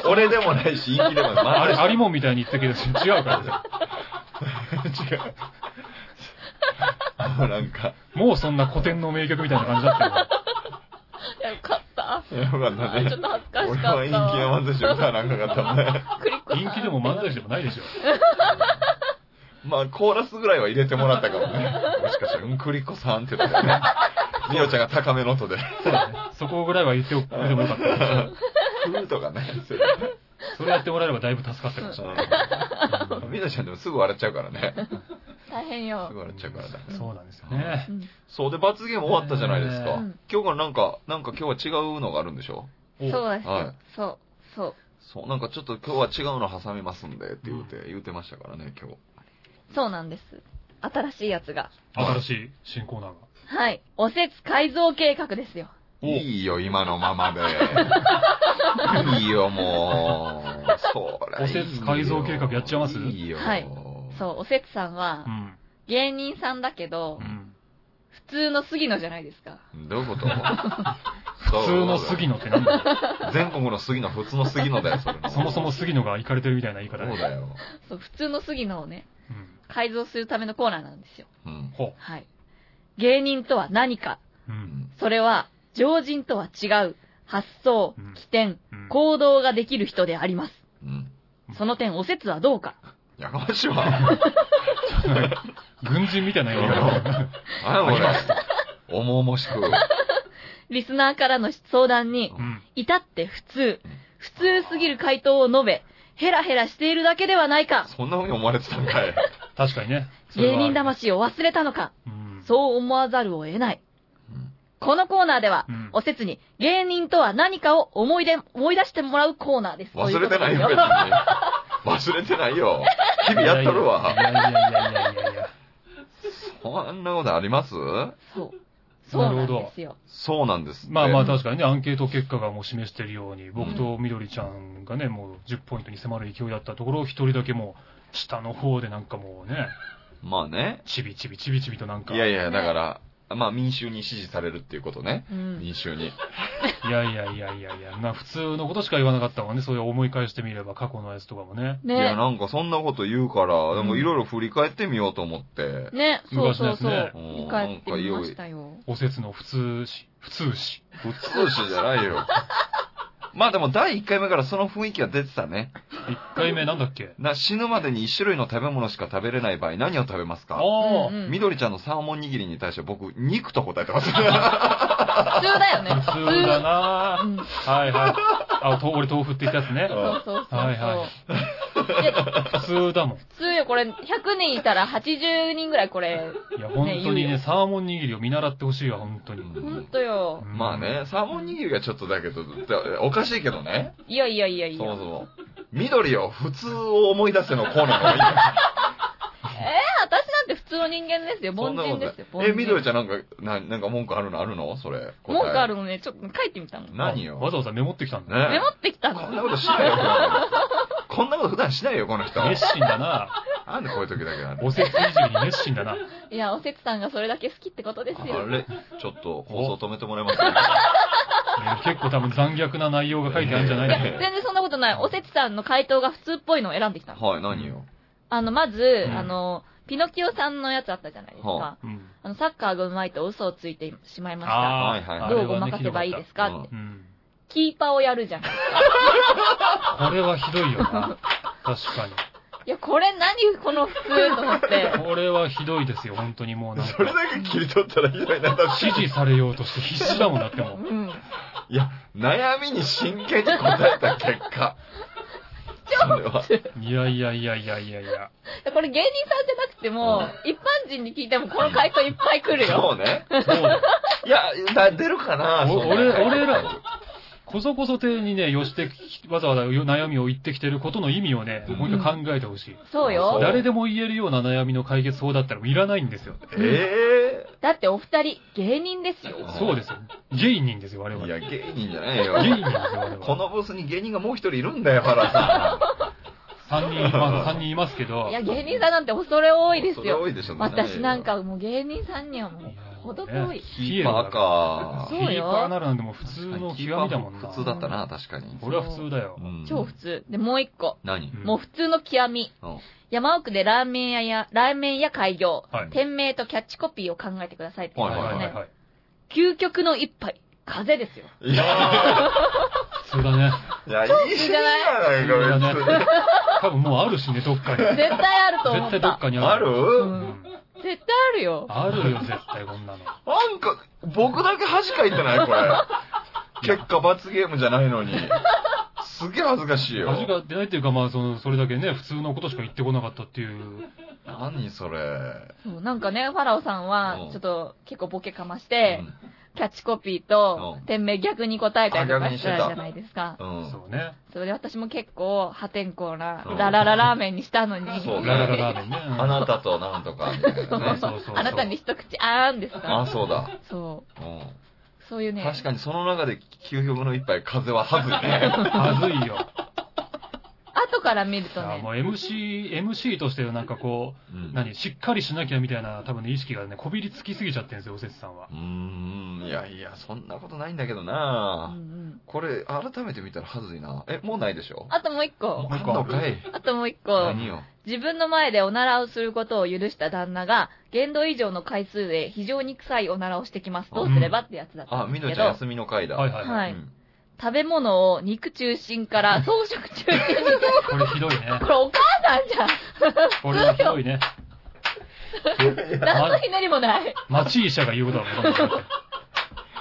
[SPEAKER 2] 俺でもないし、陰気でもない。
[SPEAKER 1] あれ、ありもんみたいに言ってけど、違うからね
[SPEAKER 2] 違う。もうなんか、
[SPEAKER 1] もうそんな古典の名曲みたいな感じだったよ。
[SPEAKER 4] よかった。
[SPEAKER 2] やばかったね
[SPEAKER 4] ちょっ。と恥ずかしか
[SPEAKER 2] 俺
[SPEAKER 4] っ
[SPEAKER 2] は
[SPEAKER 4] た。
[SPEAKER 2] 陰気な漫才師歌わなかったもんね。
[SPEAKER 4] クリッコさん
[SPEAKER 1] 人気でも漫才師でもないでしょ。
[SPEAKER 2] まあ、コーラスぐらいは入れてもらったかもね。もしかしたら、うんくりこさんって言った らね。みおちゃんが高めの音で。
[SPEAKER 1] そうだね。そこぐらいは言っておくれてもよかったけど。
[SPEAKER 2] ふーとかね。
[SPEAKER 1] それやってもらえればだいぶ助かったかもしれない。
[SPEAKER 2] うんみおちゃんでもすぐ笑っちゃうからね。
[SPEAKER 4] 大変
[SPEAKER 2] す
[SPEAKER 4] よ
[SPEAKER 2] ぐ。笑っちゃうからだ。
[SPEAKER 1] そうなんですよね
[SPEAKER 4] う。ん
[SPEAKER 2] そうで、罰ゲーム終わったじゃないですか。
[SPEAKER 4] うん
[SPEAKER 2] 今日からなんか、なんか今日は違うのがあるんでしょ
[SPEAKER 1] お
[SPEAKER 4] そうです
[SPEAKER 2] はい
[SPEAKER 4] よ。そう。そう。
[SPEAKER 2] そう、なんかちょっと今日は違うの挟みますんでって言うて、言うてましたからね、今日。
[SPEAKER 4] そうなんです。新しいやつが。
[SPEAKER 1] 新しい新コーナーが。
[SPEAKER 4] はい。おせつ改造計画ですよ。
[SPEAKER 1] お
[SPEAKER 2] いいよ、今のま まで。いいよ、もう。そりゃいいよ
[SPEAKER 1] おせつ改造計画やっちゃいます
[SPEAKER 2] いいよ。
[SPEAKER 4] はいそう、おせつさんは
[SPEAKER 1] う、ん。
[SPEAKER 4] 芸人さんだけど
[SPEAKER 1] う、ん。
[SPEAKER 4] 普通の杉野じゃないですか。
[SPEAKER 2] どういうこ と
[SPEAKER 1] 普通の杉
[SPEAKER 2] 野。
[SPEAKER 1] 野ってなんだよ
[SPEAKER 2] 全国の杉野、普通の杉野だよ、それ。
[SPEAKER 1] そもそも杉野が行かれてるみたいな言い
[SPEAKER 2] そ
[SPEAKER 1] 方
[SPEAKER 2] うだ。よ。
[SPEAKER 4] そう、普通の杉野をね、
[SPEAKER 1] うん。
[SPEAKER 4] 改造するためのコーナーなんですよ。
[SPEAKER 2] うん。
[SPEAKER 1] ほ
[SPEAKER 4] はい。芸人とは何か。
[SPEAKER 1] う。う。
[SPEAKER 2] うんん
[SPEAKER 4] それは、常人とは違う、発想
[SPEAKER 1] うん、
[SPEAKER 4] 起点、
[SPEAKER 1] うん
[SPEAKER 4] 行動ができる人であります。
[SPEAKER 2] うん。
[SPEAKER 4] その点、お説はどうか。
[SPEAKER 2] やかまし いわ。
[SPEAKER 1] 軍人みたいな言い方。
[SPEAKER 2] あれ、俺。重々しく。
[SPEAKER 4] リスナーからの相談に、
[SPEAKER 1] うん。
[SPEAKER 4] 至って普通、普通すぎる回答を述べ、ヘラヘラしているだけではないか。
[SPEAKER 2] そんな風に思われてたんかい。
[SPEAKER 1] 確かにね。それ
[SPEAKER 4] 芸
[SPEAKER 1] は
[SPEAKER 4] 人魂を忘れたのか。
[SPEAKER 1] うん。
[SPEAKER 4] そう思わざるを得ない。
[SPEAKER 2] うん
[SPEAKER 4] このコーナーでは、
[SPEAKER 1] うん
[SPEAKER 4] おせつに芸人とは何かを思い出、思い出してもらうコーナーです。
[SPEAKER 2] 忘れてないよ、
[SPEAKER 4] とうことで
[SPEAKER 2] 別に。忘れてないよ。日々やっとる
[SPEAKER 1] い
[SPEAKER 2] わ。
[SPEAKER 1] やいやいやいやいやいや。
[SPEAKER 2] そんなことあります
[SPEAKER 4] そう。そう
[SPEAKER 1] な
[SPEAKER 4] な
[SPEAKER 1] る
[SPEAKER 4] ん
[SPEAKER 1] ほど
[SPEAKER 4] ですよ。
[SPEAKER 2] そうなんですって。
[SPEAKER 1] まあまあ
[SPEAKER 2] だ
[SPEAKER 1] 確かにね、アンケート結果がもう示してるように、僕とみどりちゃんがね、もう10ポイントに迫る勢いだったところ、一人だけもう、下の方でなんかもうね、
[SPEAKER 2] まあね。
[SPEAKER 1] ちびちびちびちびとなんか。
[SPEAKER 2] いやいや、だから、まあ民衆に支持されるっていうことね。
[SPEAKER 4] うん。
[SPEAKER 2] 民衆に。
[SPEAKER 1] いやいやいやいやいや、まあ普通のことしか言わなかったもんね、そういう思い返してみれば、過去のやつとかもね。
[SPEAKER 2] いや、
[SPEAKER 4] ね
[SPEAKER 2] なんかそんなこと言うから、でもいろいろ振り返ってみようと思って。
[SPEAKER 4] ねそうそうそ
[SPEAKER 1] 昔
[SPEAKER 4] う。
[SPEAKER 2] のやつね
[SPEAKER 4] 見返ってみましたよ。
[SPEAKER 1] おせつの普通し、普通し。
[SPEAKER 2] 普通詞じゃないよ。まあでも第1回目からその雰囲気が出てたね。
[SPEAKER 1] 一回目なんだっけ
[SPEAKER 2] な死ぬまでに1種類の食べ物しか食べれない場合何を食べます
[SPEAKER 1] ああ、
[SPEAKER 2] か
[SPEAKER 4] うんうん
[SPEAKER 2] みどりちゃんのサーモン握りに対して僕、肉と答えてます。
[SPEAKER 4] 普通だよね。
[SPEAKER 1] 普通だな
[SPEAKER 4] うん。
[SPEAKER 1] はいはい。あ、と俺豆腐って言ったやつね。
[SPEAKER 4] そうそうそうそう。
[SPEAKER 1] はいは普通だもん。
[SPEAKER 4] 普通よ、これ、100人いたら80人ぐらいこれ、
[SPEAKER 1] いや、本当
[SPEAKER 4] ね
[SPEAKER 1] に
[SPEAKER 4] 言う
[SPEAKER 1] ね、
[SPEAKER 4] よ
[SPEAKER 1] サーモン握りを見習ってほしいわ、本当に。
[SPEAKER 4] ほんとよ。
[SPEAKER 1] うん
[SPEAKER 2] まあ。ね、サーモン握りがちょっとだけど、だおかしいけどね。
[SPEAKER 4] いやいやいやい
[SPEAKER 2] そ
[SPEAKER 4] や。
[SPEAKER 2] もそも。緑よ、普通を思い出せのコーナーがいいよ
[SPEAKER 4] 私なんて普通の人間ですよ。凡人ですよ。
[SPEAKER 2] そんなことないえ、みどりち
[SPEAKER 4] ゃ
[SPEAKER 2] ゃんなんか、ななんか文句あるのあるのそれ。答え
[SPEAKER 4] 文句あるのね、ちょっと書いてみたの。メ
[SPEAKER 2] 何よ。
[SPEAKER 1] わざわざメモってきたんだ。
[SPEAKER 2] ね
[SPEAKER 4] モってきた
[SPEAKER 2] こ
[SPEAKER 4] の。
[SPEAKER 2] んなことしないよ、普段こんなこと普段しないよ、この 人。
[SPEAKER 1] 熱心だな。
[SPEAKER 2] なんでこういう時だけなの
[SPEAKER 1] おせつ以上に熱心だな。
[SPEAKER 4] いや、おせつさんがそれだけ好きってことです
[SPEAKER 2] あ
[SPEAKER 4] よ。
[SPEAKER 2] れ、ちょっと放送止めてもらえますか、
[SPEAKER 1] ね結構多分残虐な内容が書いてあるんじゃない
[SPEAKER 4] いや全
[SPEAKER 1] の
[SPEAKER 4] 然そんなことない。おせつさんの回答が普通っぽいのを選んできたの。
[SPEAKER 2] はい、何よ。
[SPEAKER 4] あの、まず、
[SPEAKER 1] ん
[SPEAKER 4] あの、ピノキオさんのやつあったじゃないです
[SPEAKER 2] は
[SPEAKER 4] か。
[SPEAKER 1] うん。
[SPEAKER 4] あの、サッカーが上手いと嘘をついてしまいまし
[SPEAKER 1] あ
[SPEAKER 4] た。
[SPEAKER 1] あ、
[SPEAKER 2] はいはい
[SPEAKER 1] あれ
[SPEAKER 4] ど
[SPEAKER 1] は
[SPEAKER 4] う
[SPEAKER 1] ね
[SPEAKER 4] ごまかせばいいですか
[SPEAKER 2] ひど
[SPEAKER 4] っ
[SPEAKER 2] かった
[SPEAKER 1] う。
[SPEAKER 4] て
[SPEAKER 1] ん。
[SPEAKER 4] キーパーをやるじゃん。い
[SPEAKER 1] これはひどいよな。確か
[SPEAKER 4] や、これ何この普通と思って。
[SPEAKER 1] に。これはひどいですよ、本当にもうなん
[SPEAKER 2] それ
[SPEAKER 1] か。
[SPEAKER 2] だけ切り取ったらひどいな、多分
[SPEAKER 1] 指示されようとして必死だもんだってもう。
[SPEAKER 4] うん。
[SPEAKER 2] いや、悩みに真剣に答えた結果。それは。
[SPEAKER 1] いやいやいやいやいやいや。
[SPEAKER 4] これ芸人さんじゃなくても、一般人に聞いてもこの回答いっぱい来るよ。
[SPEAKER 2] そうね。
[SPEAKER 1] そうだ
[SPEAKER 2] いや、だ出るかな
[SPEAKER 1] お
[SPEAKER 2] そんな
[SPEAKER 1] 俺俺ら。こそこそ亭にね、寄してき、わざわざ悩みを言ってきてることの意味をね、もう一回考えてほしい。
[SPEAKER 4] そう
[SPEAKER 2] そう
[SPEAKER 4] よ。
[SPEAKER 1] 誰でも言えるような悩みの解決法だったらもういらないんですよ。
[SPEAKER 2] え
[SPEAKER 4] だってお二人、芸人ですよ。
[SPEAKER 2] ん
[SPEAKER 1] そうですよ。芸人ですよ、我
[SPEAKER 2] え
[SPEAKER 1] 々。芸
[SPEAKER 2] いや、芸人じゃない
[SPEAKER 1] 人です
[SPEAKER 2] よ。
[SPEAKER 1] よ、我々。
[SPEAKER 2] このブースに芸人がもう一人いるんだよ、原さ
[SPEAKER 1] 3人います、三人いますけど
[SPEAKER 4] い、や、芸人さんなんて恐れ多
[SPEAKER 2] ん。
[SPEAKER 4] いです
[SPEAKER 2] それ多
[SPEAKER 4] よ。
[SPEAKER 2] いでしょ、
[SPEAKER 4] 私なん。かもう芸人さんにはもう、ほど遠い。
[SPEAKER 1] ヒ
[SPEAKER 2] バカ
[SPEAKER 1] キ
[SPEAKER 4] そうよ
[SPEAKER 1] ーパーならなんでもう普通の極みだもんな。
[SPEAKER 2] 普通だったな、確かに。
[SPEAKER 1] 俺は普通だよ。
[SPEAKER 2] うん
[SPEAKER 4] 超普通。で、もう一個。
[SPEAKER 2] 何
[SPEAKER 1] うん
[SPEAKER 4] もう普通の極み。
[SPEAKER 2] うん
[SPEAKER 4] 山奥でラーメン屋や、ラーメン屋開業。
[SPEAKER 1] はい。
[SPEAKER 4] 店名とキャッチコピーを考えてくださいって言
[SPEAKER 1] は
[SPEAKER 4] わ
[SPEAKER 1] い
[SPEAKER 4] れ
[SPEAKER 1] は
[SPEAKER 4] ま
[SPEAKER 1] い
[SPEAKER 4] す
[SPEAKER 1] はいは
[SPEAKER 4] ね。
[SPEAKER 1] い。
[SPEAKER 4] 究極の一杯。風ですよ。
[SPEAKER 2] いや、
[SPEAKER 1] 普通だね。
[SPEAKER 2] いや、いいじゃない
[SPEAKER 1] 普通
[SPEAKER 2] か、
[SPEAKER 1] だ
[SPEAKER 2] 別
[SPEAKER 1] ね。多分もうあるしね、どっかに。
[SPEAKER 4] 絶対あると思
[SPEAKER 1] 絶対
[SPEAKER 4] っ。
[SPEAKER 1] どったかに
[SPEAKER 2] に。
[SPEAKER 1] あ
[SPEAKER 2] あ
[SPEAKER 1] る。
[SPEAKER 4] う
[SPEAKER 2] る
[SPEAKER 1] うん
[SPEAKER 4] ん。絶対あるよ。
[SPEAKER 1] あるよ、絶対こんなの。
[SPEAKER 2] なんか、僕だけ恥かいてないこれ。結果罰ゲームじゃないのに。すげえ恥ずかしいよ。
[SPEAKER 1] 味が出ないっていうか、まあ、その、それだけね、普通のことしか言ってこなかったっていう。
[SPEAKER 2] 何それ。
[SPEAKER 4] そうなんかね、ファラオさん
[SPEAKER 2] う
[SPEAKER 4] は
[SPEAKER 2] ん、
[SPEAKER 4] ちょっと結構ボケかまし
[SPEAKER 2] う
[SPEAKER 4] て、
[SPEAKER 2] ん
[SPEAKER 4] キャッチコピーと
[SPEAKER 2] うん
[SPEAKER 4] 店名逆に答えたりとかしたじゃないですか。
[SPEAKER 2] うん。
[SPEAKER 1] そうね。
[SPEAKER 4] それで私も結構破天荒な
[SPEAKER 2] うん
[SPEAKER 4] ララララーメンにしたのに、
[SPEAKER 2] そう
[SPEAKER 1] ララララーメンね。
[SPEAKER 2] あなたとなんとかみたい なね。
[SPEAKER 1] そうそうそう
[SPEAKER 4] あなたに一口あーんですか
[SPEAKER 2] あ、そうだ。
[SPEAKER 4] そう。
[SPEAKER 2] うん
[SPEAKER 4] そういうね。
[SPEAKER 2] 確かにその中で究極の一杯風ははず いね。
[SPEAKER 1] はずいよ。
[SPEAKER 4] 後から見る
[SPEAKER 1] い
[SPEAKER 4] と
[SPEAKER 1] や
[SPEAKER 4] ね
[SPEAKER 1] も、う MC、MC としてなんかこう、
[SPEAKER 2] うん
[SPEAKER 1] 何、しっかりしなきゃみたいな、多分ね、意識がね、こびりつきすぎちゃってるんですよ、おせつさんは
[SPEAKER 2] う。ーん、いやいや、そんなことないんだけど
[SPEAKER 4] うんう、
[SPEAKER 2] なんこれ、改めて見たらはずいな。え、もうないでしょ
[SPEAKER 4] あともう一個
[SPEAKER 1] も。う一
[SPEAKER 2] あん
[SPEAKER 1] 個
[SPEAKER 2] のかい。
[SPEAKER 4] あともう一個。
[SPEAKER 2] 何よ。
[SPEAKER 4] 自分の前でおならをすることを許した旦那が、限度以上の回数で非常に臭いおならをしてきます。どうすればってやつだった
[SPEAKER 2] あ、
[SPEAKER 4] んで
[SPEAKER 2] み
[SPEAKER 4] す
[SPEAKER 2] ど
[SPEAKER 4] け
[SPEAKER 2] りちゃん
[SPEAKER 4] ど、
[SPEAKER 2] 休みの回だ。
[SPEAKER 1] はいはいはい。
[SPEAKER 4] はい
[SPEAKER 2] うん
[SPEAKER 4] 食べ物を肉中心から装飾中心に、
[SPEAKER 1] これひどいね
[SPEAKER 4] こ。れお母さんじ ゃん
[SPEAKER 1] これはひどい ね。
[SPEAKER 4] 何のひねりもない。
[SPEAKER 1] 町医者が言うことだもんこんなのだって、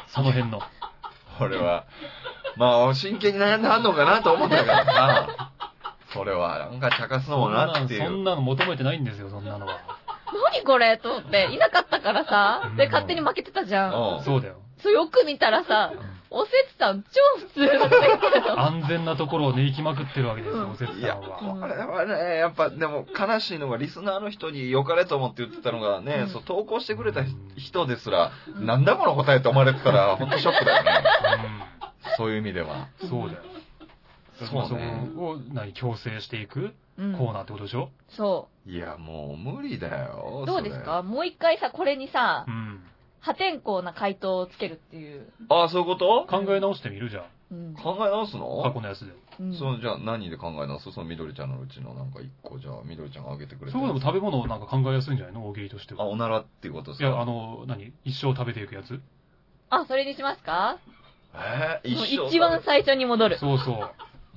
[SPEAKER 1] その辺の。
[SPEAKER 2] これは、まあ、真剣に悩んではんのかなと思ったからな。それは、なんか茶化すの
[SPEAKER 1] そ
[SPEAKER 2] も
[SPEAKER 1] んな
[SPEAKER 2] な
[SPEAKER 1] の、
[SPEAKER 2] ってい
[SPEAKER 1] そん
[SPEAKER 2] う。
[SPEAKER 1] なの求めてないんですよ、そんなのは。
[SPEAKER 4] 何これと思って、いなかったからさ、
[SPEAKER 1] う
[SPEAKER 4] で、
[SPEAKER 1] ん
[SPEAKER 4] 勝手に負けてたじゃん。
[SPEAKER 2] うん
[SPEAKER 1] そうだよ。
[SPEAKER 4] そう、よく見たらさ、おせつさん超普通だったけど。
[SPEAKER 1] 安全なところをね、行きまくってるわけですよ、おせつ
[SPEAKER 2] い
[SPEAKER 1] さ
[SPEAKER 2] や、
[SPEAKER 1] ん
[SPEAKER 2] こ
[SPEAKER 1] は。
[SPEAKER 4] ん
[SPEAKER 2] れはね、やっぱ、でも悲しいのが、リスナーの人に良かれと思って言ってたのがね、
[SPEAKER 4] うん
[SPEAKER 2] そう、投稿してくれたひ
[SPEAKER 1] うん
[SPEAKER 2] 人ですら、
[SPEAKER 4] うん
[SPEAKER 2] なんだこの答えと思われてたら、ほんとショックだよね。
[SPEAKER 1] う
[SPEAKER 2] そういう意味では。
[SPEAKER 1] ん、そうだよ。
[SPEAKER 2] そうね。
[SPEAKER 1] こを、何、強制していく
[SPEAKER 4] うん
[SPEAKER 1] コーナーってことでしょ
[SPEAKER 4] そ
[SPEAKER 2] いや、もう無理だよ。
[SPEAKER 4] う。どうですかもう一回さ、これにさ
[SPEAKER 1] う、ん。
[SPEAKER 4] 破天荒な回答をつけるっていう。
[SPEAKER 2] それあ、そういうこと
[SPEAKER 1] 考え直してみるじゃん。
[SPEAKER 4] うん。
[SPEAKER 2] 考え直す
[SPEAKER 1] 過
[SPEAKER 2] の
[SPEAKER 1] 去のやつで。
[SPEAKER 4] うん
[SPEAKER 2] そのじゃあ何で考え直すその緑ちゃんのうちのなんか一個じゃあ緑ちゃんがあげてくれ
[SPEAKER 1] そ
[SPEAKER 2] た
[SPEAKER 1] ういうの
[SPEAKER 2] や
[SPEAKER 1] も
[SPEAKER 2] つ
[SPEAKER 1] 食べ物をなんか考えやすいんじゃないの大喜利として
[SPEAKER 2] あ、
[SPEAKER 1] は。
[SPEAKER 2] おならっていうことです
[SPEAKER 1] い
[SPEAKER 2] か
[SPEAKER 1] や、あの、何一生食べていくやつ
[SPEAKER 4] あ、それにしますか
[SPEAKER 2] えー、
[SPEAKER 4] もう
[SPEAKER 2] 一生。
[SPEAKER 4] 一番最初に戻る。
[SPEAKER 1] そうそう。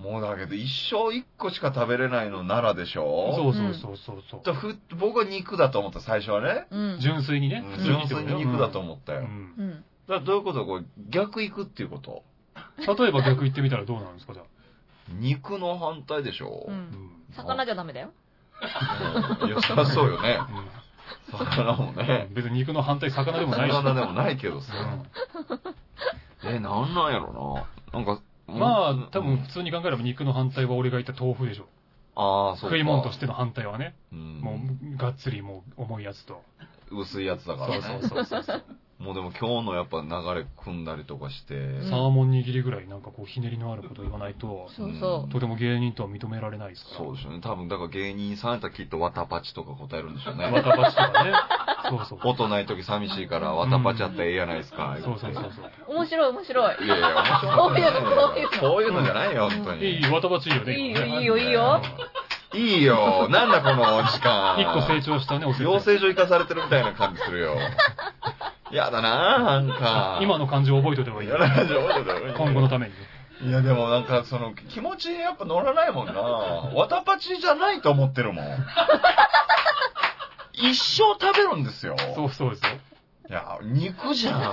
[SPEAKER 2] もうだけど、一生一個しか食べれないのならでしょ
[SPEAKER 1] そうそうそうそうそう。
[SPEAKER 2] とふ僕は肉だと思った、最初はね。
[SPEAKER 4] うん。
[SPEAKER 1] 純粋に
[SPEAKER 2] う
[SPEAKER 1] ね。
[SPEAKER 2] ん
[SPEAKER 1] 普通
[SPEAKER 2] 純
[SPEAKER 1] ってこ
[SPEAKER 2] 粋
[SPEAKER 1] と
[SPEAKER 2] に
[SPEAKER 1] ね
[SPEAKER 2] 肉だと思ったよ。
[SPEAKER 1] う
[SPEAKER 2] だ
[SPEAKER 1] ん
[SPEAKER 2] か
[SPEAKER 4] うん。
[SPEAKER 2] らどういうことこう逆行くっていうこと
[SPEAKER 1] 例えば逆言ってみたらどうなんですか、じゃあ。
[SPEAKER 2] 肉の反対でしょ
[SPEAKER 4] う。
[SPEAKER 1] うんん
[SPEAKER 4] 魚じゃダメだよ。
[SPEAKER 2] うん良さそうよね。
[SPEAKER 1] うん
[SPEAKER 2] 魚もね。
[SPEAKER 1] 別に肉の反対魚でもないし。
[SPEAKER 2] 魚でもないけど
[SPEAKER 1] う
[SPEAKER 2] さ。
[SPEAKER 1] ん
[SPEAKER 2] え、なんなんやろな。なんか、
[SPEAKER 1] ま
[SPEAKER 2] うん
[SPEAKER 1] あ、多分普通に考えれば肉の反対は俺が言った豆腐でしょ。
[SPEAKER 2] ああ、そうか
[SPEAKER 1] 食い物としての反対はね、
[SPEAKER 2] うん
[SPEAKER 1] もうがっつりもう重いやつと。
[SPEAKER 2] 薄いやつだからね。
[SPEAKER 1] そうそうそうそう。
[SPEAKER 2] もうでも今日のやっぱ流れ組んだりとかして、
[SPEAKER 1] サーモン握りぐらいなんかこうひねりのあることを言わないと、
[SPEAKER 4] そうそ
[SPEAKER 1] とても芸人とは認められないですから。
[SPEAKER 2] そうでしょうね。多分だから芸人さんやったらきっとわたパチとか答えるんでしょうね。
[SPEAKER 1] 若葉市とかね。そうそう。
[SPEAKER 2] 音ない時寂しいからわたパチやったらええやないですか。
[SPEAKER 1] そうそうそう
[SPEAKER 4] う。面白い面白い。
[SPEAKER 2] いやいや、
[SPEAKER 4] そういうの
[SPEAKER 2] 面白い
[SPEAKER 4] そういうの
[SPEAKER 2] そういうのじゃないよ、本当
[SPEAKER 1] そう。いい
[SPEAKER 2] に。
[SPEAKER 1] よ、わたばちいいよね。
[SPEAKER 4] いい
[SPEAKER 1] 今
[SPEAKER 4] よ
[SPEAKER 1] ね
[SPEAKER 4] いいよいいよ。
[SPEAKER 2] いいよ、なんだこの時間。
[SPEAKER 1] 一個成長したね、おせち
[SPEAKER 2] 養成所行かされてるみたいな感じするよ。やだなぁ、なんか。
[SPEAKER 1] 今の感情を覚えといた方がいいよ。今後のために。
[SPEAKER 2] いやでもなんかその気持ちやっぱ乗らないもんなわたパチじゃないと思っ てるもん。一生食べるんですよ。
[SPEAKER 1] そうそうですよ。
[SPEAKER 2] いや、肉じ ゃん。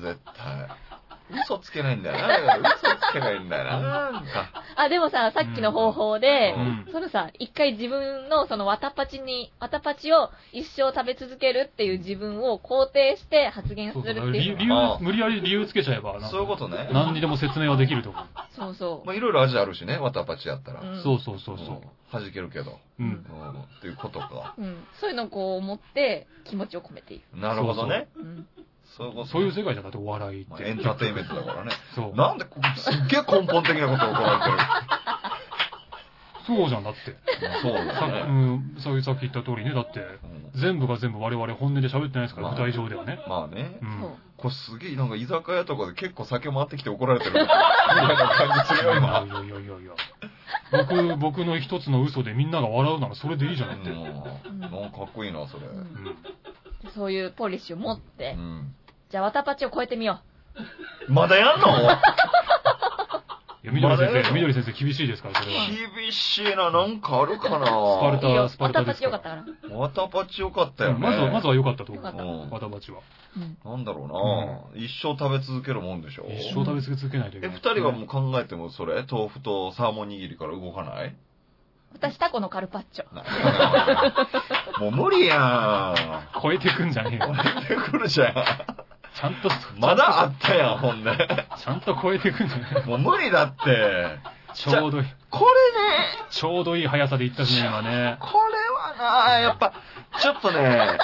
[SPEAKER 2] 絶対。嘘つけないんだよな。嘘つけないんだよな。なんか。
[SPEAKER 4] あ、でもさ、さっきの方法で
[SPEAKER 2] う、
[SPEAKER 1] ん
[SPEAKER 4] そのさ、一回自分のそのわたパチに、わたパチを一生食べ続けるっていう自分を肯定して発言す
[SPEAKER 1] そ
[SPEAKER 4] る
[SPEAKER 1] う
[SPEAKER 4] っ
[SPEAKER 1] そうだ
[SPEAKER 4] て
[SPEAKER 1] から理
[SPEAKER 4] い
[SPEAKER 1] 由
[SPEAKER 4] う。
[SPEAKER 1] 理
[SPEAKER 2] ああ
[SPEAKER 1] 由無理やり理由つけちゃえば、なん
[SPEAKER 2] そういうこ
[SPEAKER 1] か
[SPEAKER 2] とね。
[SPEAKER 1] 何にでも説明はできると思う。
[SPEAKER 4] そうそ
[SPEAKER 2] まあいろいろ味あるしね、わたパチやったら。
[SPEAKER 4] う。ん
[SPEAKER 1] そうそうそう
[SPEAKER 2] うん
[SPEAKER 1] そ
[SPEAKER 2] 弾けるけど。
[SPEAKER 1] う。うん
[SPEAKER 2] う。ん。っていうことか。
[SPEAKER 4] うん。そういうのをこう思って気持ちを込めている。
[SPEAKER 2] なるほどね。
[SPEAKER 4] うん。
[SPEAKER 2] そういうこと。
[SPEAKER 1] そういう世界じゃなくてお笑いっ
[SPEAKER 2] まあ
[SPEAKER 1] て。
[SPEAKER 2] エンターテインメントだからね。
[SPEAKER 1] そう。
[SPEAKER 2] なんで、すっげえ根本的なことを怒られてる。
[SPEAKER 1] そうじゃんだって。
[SPEAKER 2] まあそうだ
[SPEAKER 1] さ
[SPEAKER 2] よ
[SPEAKER 1] う
[SPEAKER 2] ね。
[SPEAKER 1] ん、そういうさっき言った通りね、だって、全部が全部我々本音で喋ってないですから、
[SPEAKER 2] まあ
[SPEAKER 1] 舞台上ではね。
[SPEAKER 2] まあね
[SPEAKER 1] う。。。
[SPEAKER 4] そうん
[SPEAKER 2] これすげえ、なんか居酒屋とかで結構酒回ってきて怒られてる。みたいな感じするよ、今。
[SPEAKER 1] いやいやいやいや。僕、僕の一つの嘘でみんなが笑うならそれでいいじゃないって。うん。
[SPEAKER 2] うんなんかかっこいいな、それ。
[SPEAKER 4] う
[SPEAKER 2] うん
[SPEAKER 4] そういうポリシーを持って、
[SPEAKER 2] ん。
[SPEAKER 4] じゃあわたパチを超えてみよ
[SPEAKER 2] まだやん の
[SPEAKER 1] いや、緑
[SPEAKER 2] まだや
[SPEAKER 1] 先
[SPEAKER 2] る
[SPEAKER 1] 生、
[SPEAKER 2] の
[SPEAKER 1] 緑先生厳しいですから、それは。
[SPEAKER 2] 厳しいな、なんかあるか
[SPEAKER 1] ス
[SPEAKER 4] う。
[SPEAKER 1] パ
[SPEAKER 2] な。
[SPEAKER 4] いいよ
[SPEAKER 1] ス。パ
[SPEAKER 4] わ
[SPEAKER 1] ルタ
[SPEAKER 4] た
[SPEAKER 1] で
[SPEAKER 4] パ
[SPEAKER 1] す
[SPEAKER 4] チ
[SPEAKER 1] か
[SPEAKER 4] よ
[SPEAKER 1] ら
[SPEAKER 4] かったから。
[SPEAKER 2] わたパチよかったよね。
[SPEAKER 1] まずは、まずは良かったと思う。
[SPEAKER 4] 良かった
[SPEAKER 2] うん
[SPEAKER 1] わたばちは。
[SPEAKER 4] うん。
[SPEAKER 2] なんだろうな、一生食べ続けるもんでしょ
[SPEAKER 1] 一生食べ続けないといけ
[SPEAKER 2] え、
[SPEAKER 1] ない。
[SPEAKER 2] 二人はもう考えてもそれ豆腐とサーモン握りから動かない
[SPEAKER 4] 私タコのカルパッチョ。
[SPEAKER 2] なんか なもう無理やん。
[SPEAKER 1] 超えてくんじゃねえよ。
[SPEAKER 2] 出てくるじゃ
[SPEAKER 1] ち
[SPEAKER 2] ん。
[SPEAKER 1] ゃんと、
[SPEAKER 2] まだあったやん、ほんで。
[SPEAKER 1] ちゃんと超えてくんじゃねえよ。
[SPEAKER 2] もう無理だって。
[SPEAKER 1] ちょうどいい、
[SPEAKER 2] これね、
[SPEAKER 1] ちょうどいい速さでいったしね、今ね。
[SPEAKER 2] これはな、やっぱ、ちょっとね、